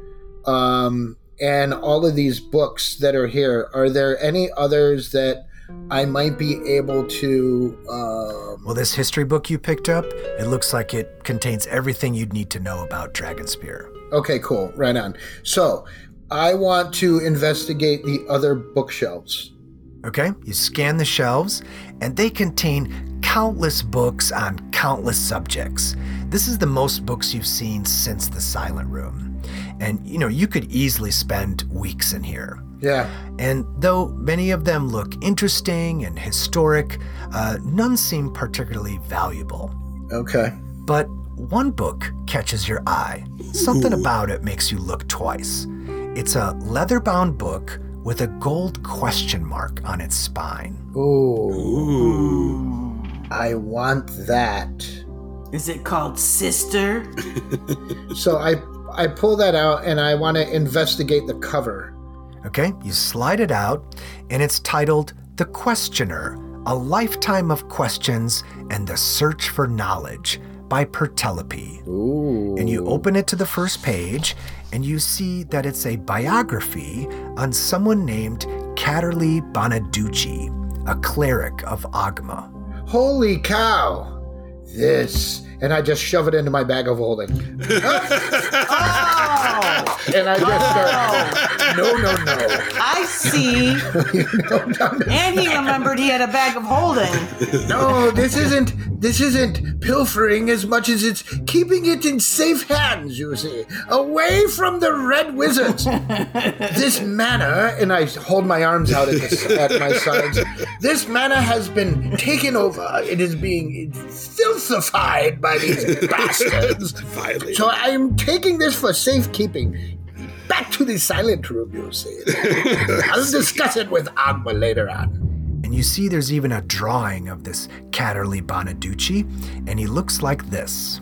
Speaker 3: um, and all of these books that are here, are there any others that I might be able to? Um,
Speaker 1: Well, this history book you picked up, it looks like it contains everything you'd need to know about Dragonspear.
Speaker 3: okay, cool. Right on. So, I want to investigate the other bookshelves.
Speaker 1: Okay? You scan the shelves, and they contain countless books on countless subjects. This is the most books you've seen since the Silent Room. And, you know, you could easily spend weeks in here.
Speaker 3: Yeah.
Speaker 1: And though many of them look interesting and historic, uh, none seem particularly valuable.
Speaker 3: Okay.
Speaker 1: But one book catches your eye. Something about it makes you look twice. It's a leather bound book with a gold question mark on its spine.
Speaker 3: Ooh,
Speaker 4: Ooh. [laughs]
Speaker 3: I want that.
Speaker 5: Is it called
Speaker 3: [laughs]
Speaker 5: Sister?
Speaker 3: So I I pull that out and I want to investigate the cover.
Speaker 1: Okay, you slide it out, and it's titled The Questioner A Lifetime of Questions and the Search for Knowledge by Pertelope.
Speaker 3: Ooh.
Speaker 1: and you open it to the first page and you see that it's a biography on someone named Catterley Bonaducci, a cleric of Agma.
Speaker 3: Holy cow! This. And I just shove it into my bag of holding.
Speaker 5: Oh,
Speaker 3: and I just start. No, no, no. [laughs]
Speaker 5: I see. and he remembered he had a bag of holding.
Speaker 3: No, this isn't. This isn't pilfering as much as it's keeping it in safe hands, you see. Away from the red wizards. this manor, and I hold my arms out at, the, at my sides, this manor has been taken over. It is being filthified by these bastards.
Speaker 4: Violate.
Speaker 3: So I am taking this for safekeeping. Back to the silent room, you see. I'll discuss it with Agma later on.
Speaker 1: And you see there's even a drawing of this Catterley Bonaducci, and he looks like this.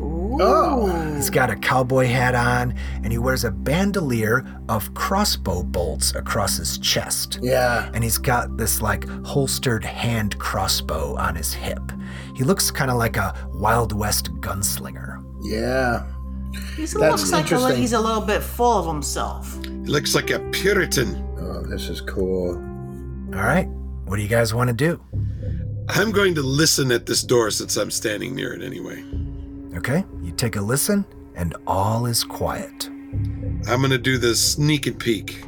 Speaker 3: Oh,
Speaker 1: He's got a cowboy hat on, and he wears a bandolier of crossbow bolts across his chest.
Speaker 3: yeah.
Speaker 1: And he's got this like holstered hand crossbow on his hip. He looks kind of like a Wild West gunslinger.
Speaker 3: Yeah.
Speaker 5: He
Speaker 3: That's
Speaker 5: looks like a, li-
Speaker 3: interesting.
Speaker 5: he's a little bit full of himself.
Speaker 4: He looks like a Puritan.
Speaker 3: Oh, this is cool.
Speaker 1: All right. What do you guys want to do?
Speaker 4: I'm going to listen at this door since I'm standing near it anyway.
Speaker 1: Okay. You take a listen, and all is quiet.
Speaker 4: I'm going to do the sneak and peek.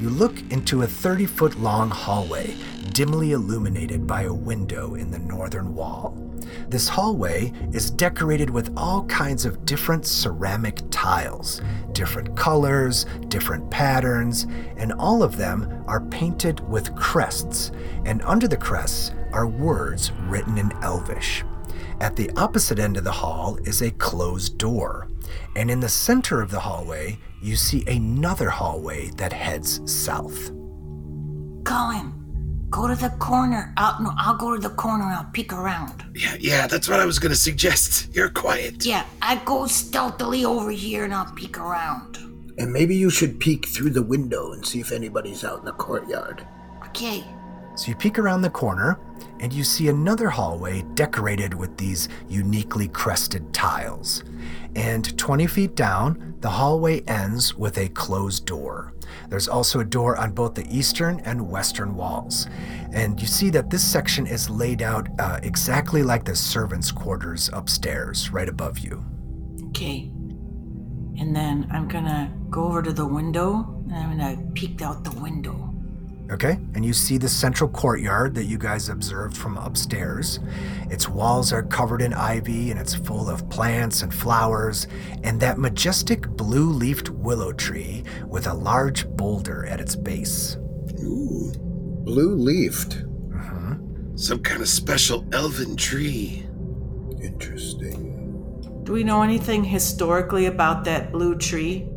Speaker 1: You look into a 30 foot long hallway, dimly illuminated by a window in the northern wall. This hallway is decorated with all kinds of different ceramic tiles, different colors, different patterns, and all of them are painted with crests, and under the crests are words written in Elvish. At the opposite end of the hall is a closed door. And in the center of the hallway, you see another hallway that heads south.
Speaker 6: Colin, go to the corner. I'll, no, I'll go to the corner. I'll peek around.
Speaker 4: Yeah, yeah, that's what I was going to suggest. You're quiet.
Speaker 6: Yeah, I go stealthily over here and I'll peek around.
Speaker 3: And maybe you should peek through the window and see if anybody's out in the courtyard.
Speaker 6: Okay.
Speaker 1: So you peek around the corner, and you see another hallway decorated with these uniquely crested tiles. And 20 feet down, the hallway ends with a closed door. There's also a door on both the eastern and western walls. And you see that this section is laid out uh, exactly like the servants' quarters upstairs, right above you.
Speaker 6: Okay. And then I'm gonna go over to the window and I'm gonna peek out the window.
Speaker 1: Okay, and you see the central courtyard that you guys observed from upstairs. Its walls are covered in ivy and it's full of plants and flowers, and that majestic blue leafed willow tree with a large boulder at its base.
Speaker 4: Ooh,
Speaker 3: Blue leafed.
Speaker 4: some kind of special elven tree.
Speaker 3: Interesting.
Speaker 5: Do we know anything historically about that blue tree?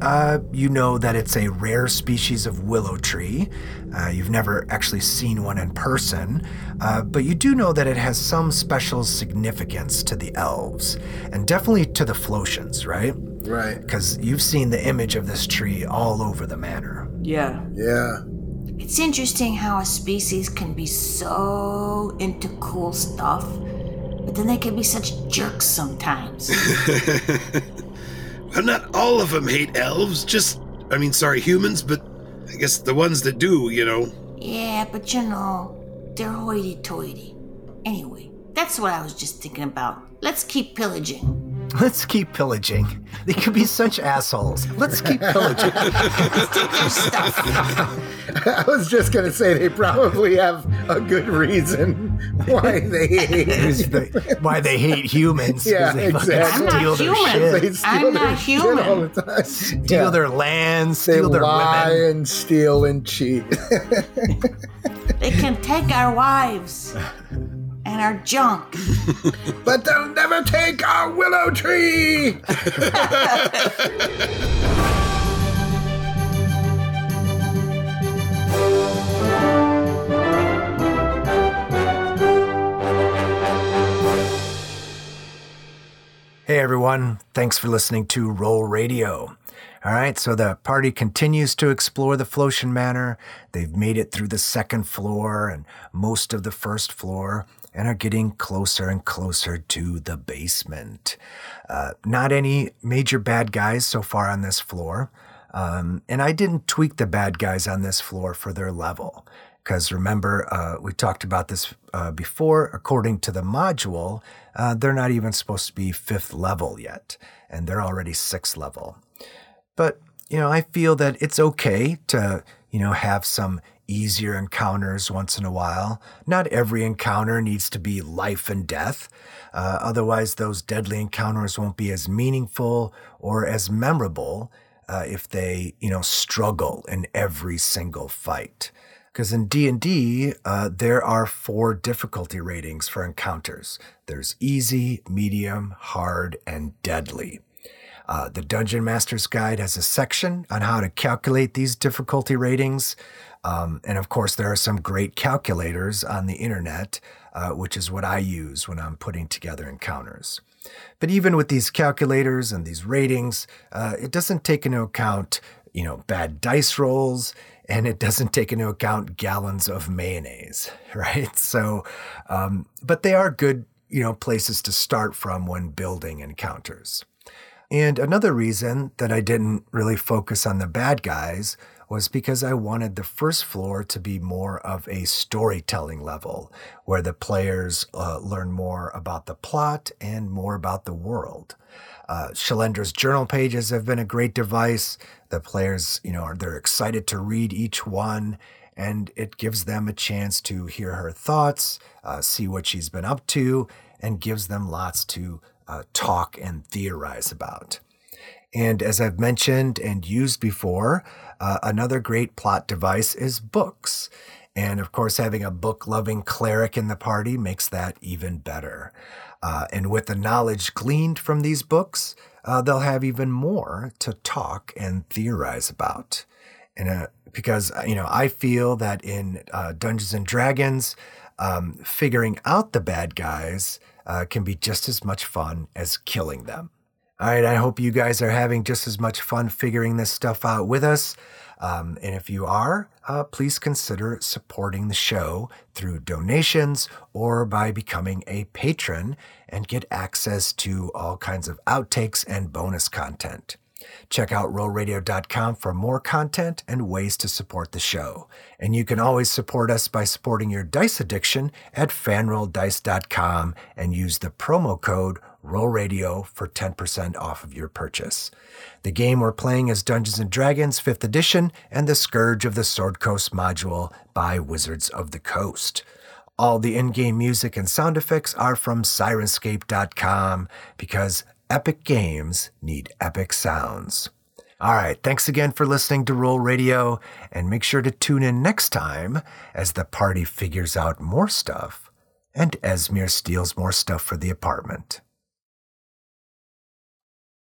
Speaker 1: Uh, you know that it's a rare species of willow tree. Uh, you've never actually seen one in person, uh, but you do know that it has some special significance to the elves, and definitely to the Flotians, right?
Speaker 3: Right.
Speaker 1: because you've seen the image of this tree all over the manor.
Speaker 5: Yeah.
Speaker 3: Yeah. [laughs]
Speaker 6: It's interesting how a species can be so into cool stuff, but then they can be such jerks sometimes.
Speaker 4: Well, not all of them hate elves, just, I mean, sorry, humans, but I guess the ones that do, you know.
Speaker 6: yeah, but you know, they're hoity toity. Anyway, that's what I was just thinking about. Let's keep pillaging.
Speaker 1: Let's keep pillaging. They could be such assholes. Let's
Speaker 3: [laughs]
Speaker 1: keep pillaging.
Speaker 3: I was just gonna say they probably have a good reason
Speaker 1: [laughs]
Speaker 3: why they hate.
Speaker 1: Is the- why they hate humans. 'cause
Speaker 3: Yeah,
Speaker 1: they fucking
Speaker 3: exactly.
Speaker 6: I'm
Speaker 1: steal
Speaker 6: not
Speaker 1: their
Speaker 6: human.
Speaker 1: shit,
Speaker 3: [laughs] They steal
Speaker 6: I'm not
Speaker 3: their shit all the time.
Speaker 1: steal
Speaker 3: Yeah.
Speaker 1: their land,
Speaker 3: They
Speaker 1: steal their
Speaker 3: lie
Speaker 1: women.
Speaker 3: and steal and cheat. [laughs]
Speaker 6: They can take our wives and our junk.
Speaker 3: but they'll never take our willow tree.
Speaker 1: Hey everyone, thanks for listening to Roll Radio. All right, so the party continues to explore the Flotian Manor. They've made it through the second floor and most of the first floor and are getting closer and closer to the basement. Uh, not any major bad guys so far on this floor. Um, and I didn't tweak the bad guys on this floor for their level. Because remember, uh, we talked about this uh, before. According to the module, uh, they're not even supposed to be fifth level yet, and they're already sixth level. But, you know, I feel that it's okay to, you know, have some easier encounters once in a while. Not every encounter needs to be life and death. Uh, otherwise, those deadly encounters won't be as meaningful or as memorable uh, if they, you know, struggle in every single fight because in d&d uh, there are four difficulty ratings for encounters there's easy medium hard and deadly uh, the dungeon master's guide has a section on how to calculate these difficulty ratings um, and of course there are some great calculators on the internet uh, which is what i use when i'm putting together encounters but even with these calculators and these ratings, uh, it doesn't take into account, you know, bad dice rolls, and it doesn't take into account gallons of mayonnaise, [laughs] right? So, um, but they are good, you know, places to start from when building encounters. And another reason that I didn't really focus on the bad guys was because I wanted the first floor to be more of a storytelling level where the players uh, learn more about the plot and more about the world. Uh, Shalendra's journal pages have been a great device. The players, you know, are they're excited to read each one and it gives them a chance to hear her thoughts, uh, see what she's been up to, and gives them lots to uh, talk and theorize about. And as I've mentioned and used before, uh, another great plot device is books. And of course, having a book loving cleric in the party makes that even better. Uh, and with the knowledge gleaned from these books, uh, they'll have even more to talk and theorize about and uh, because uh, you know I feel that in uh, Dungeons and Dragons, um, figuring out the bad guys uh, can be just as much fun as killing them. All right, I hope you guys are having just as much fun figuring this stuff out with us. Um, and if you are, uh, please consider supporting the show through donations or by becoming a patron and get access to all kinds of outtakes and bonus content. Check out rollradio.com for more content and ways to support the show. And you can always support us by supporting your dice addiction at fanrolldice.com and use the promo code ROLLRADIO for 10% off of your purchase. The game we're playing is Dungeons and Dragons 5th Edition and the Scourge of the Sword Coast module by Wizards of the Coast. All the in game music and sound effects are from Sirenscape.com because epic games need epic sounds. All right, thanks again for listening to Roll Radio, and make sure to tune in next time as the party figures out more stuff and Esmir steals more stuff for the apartment.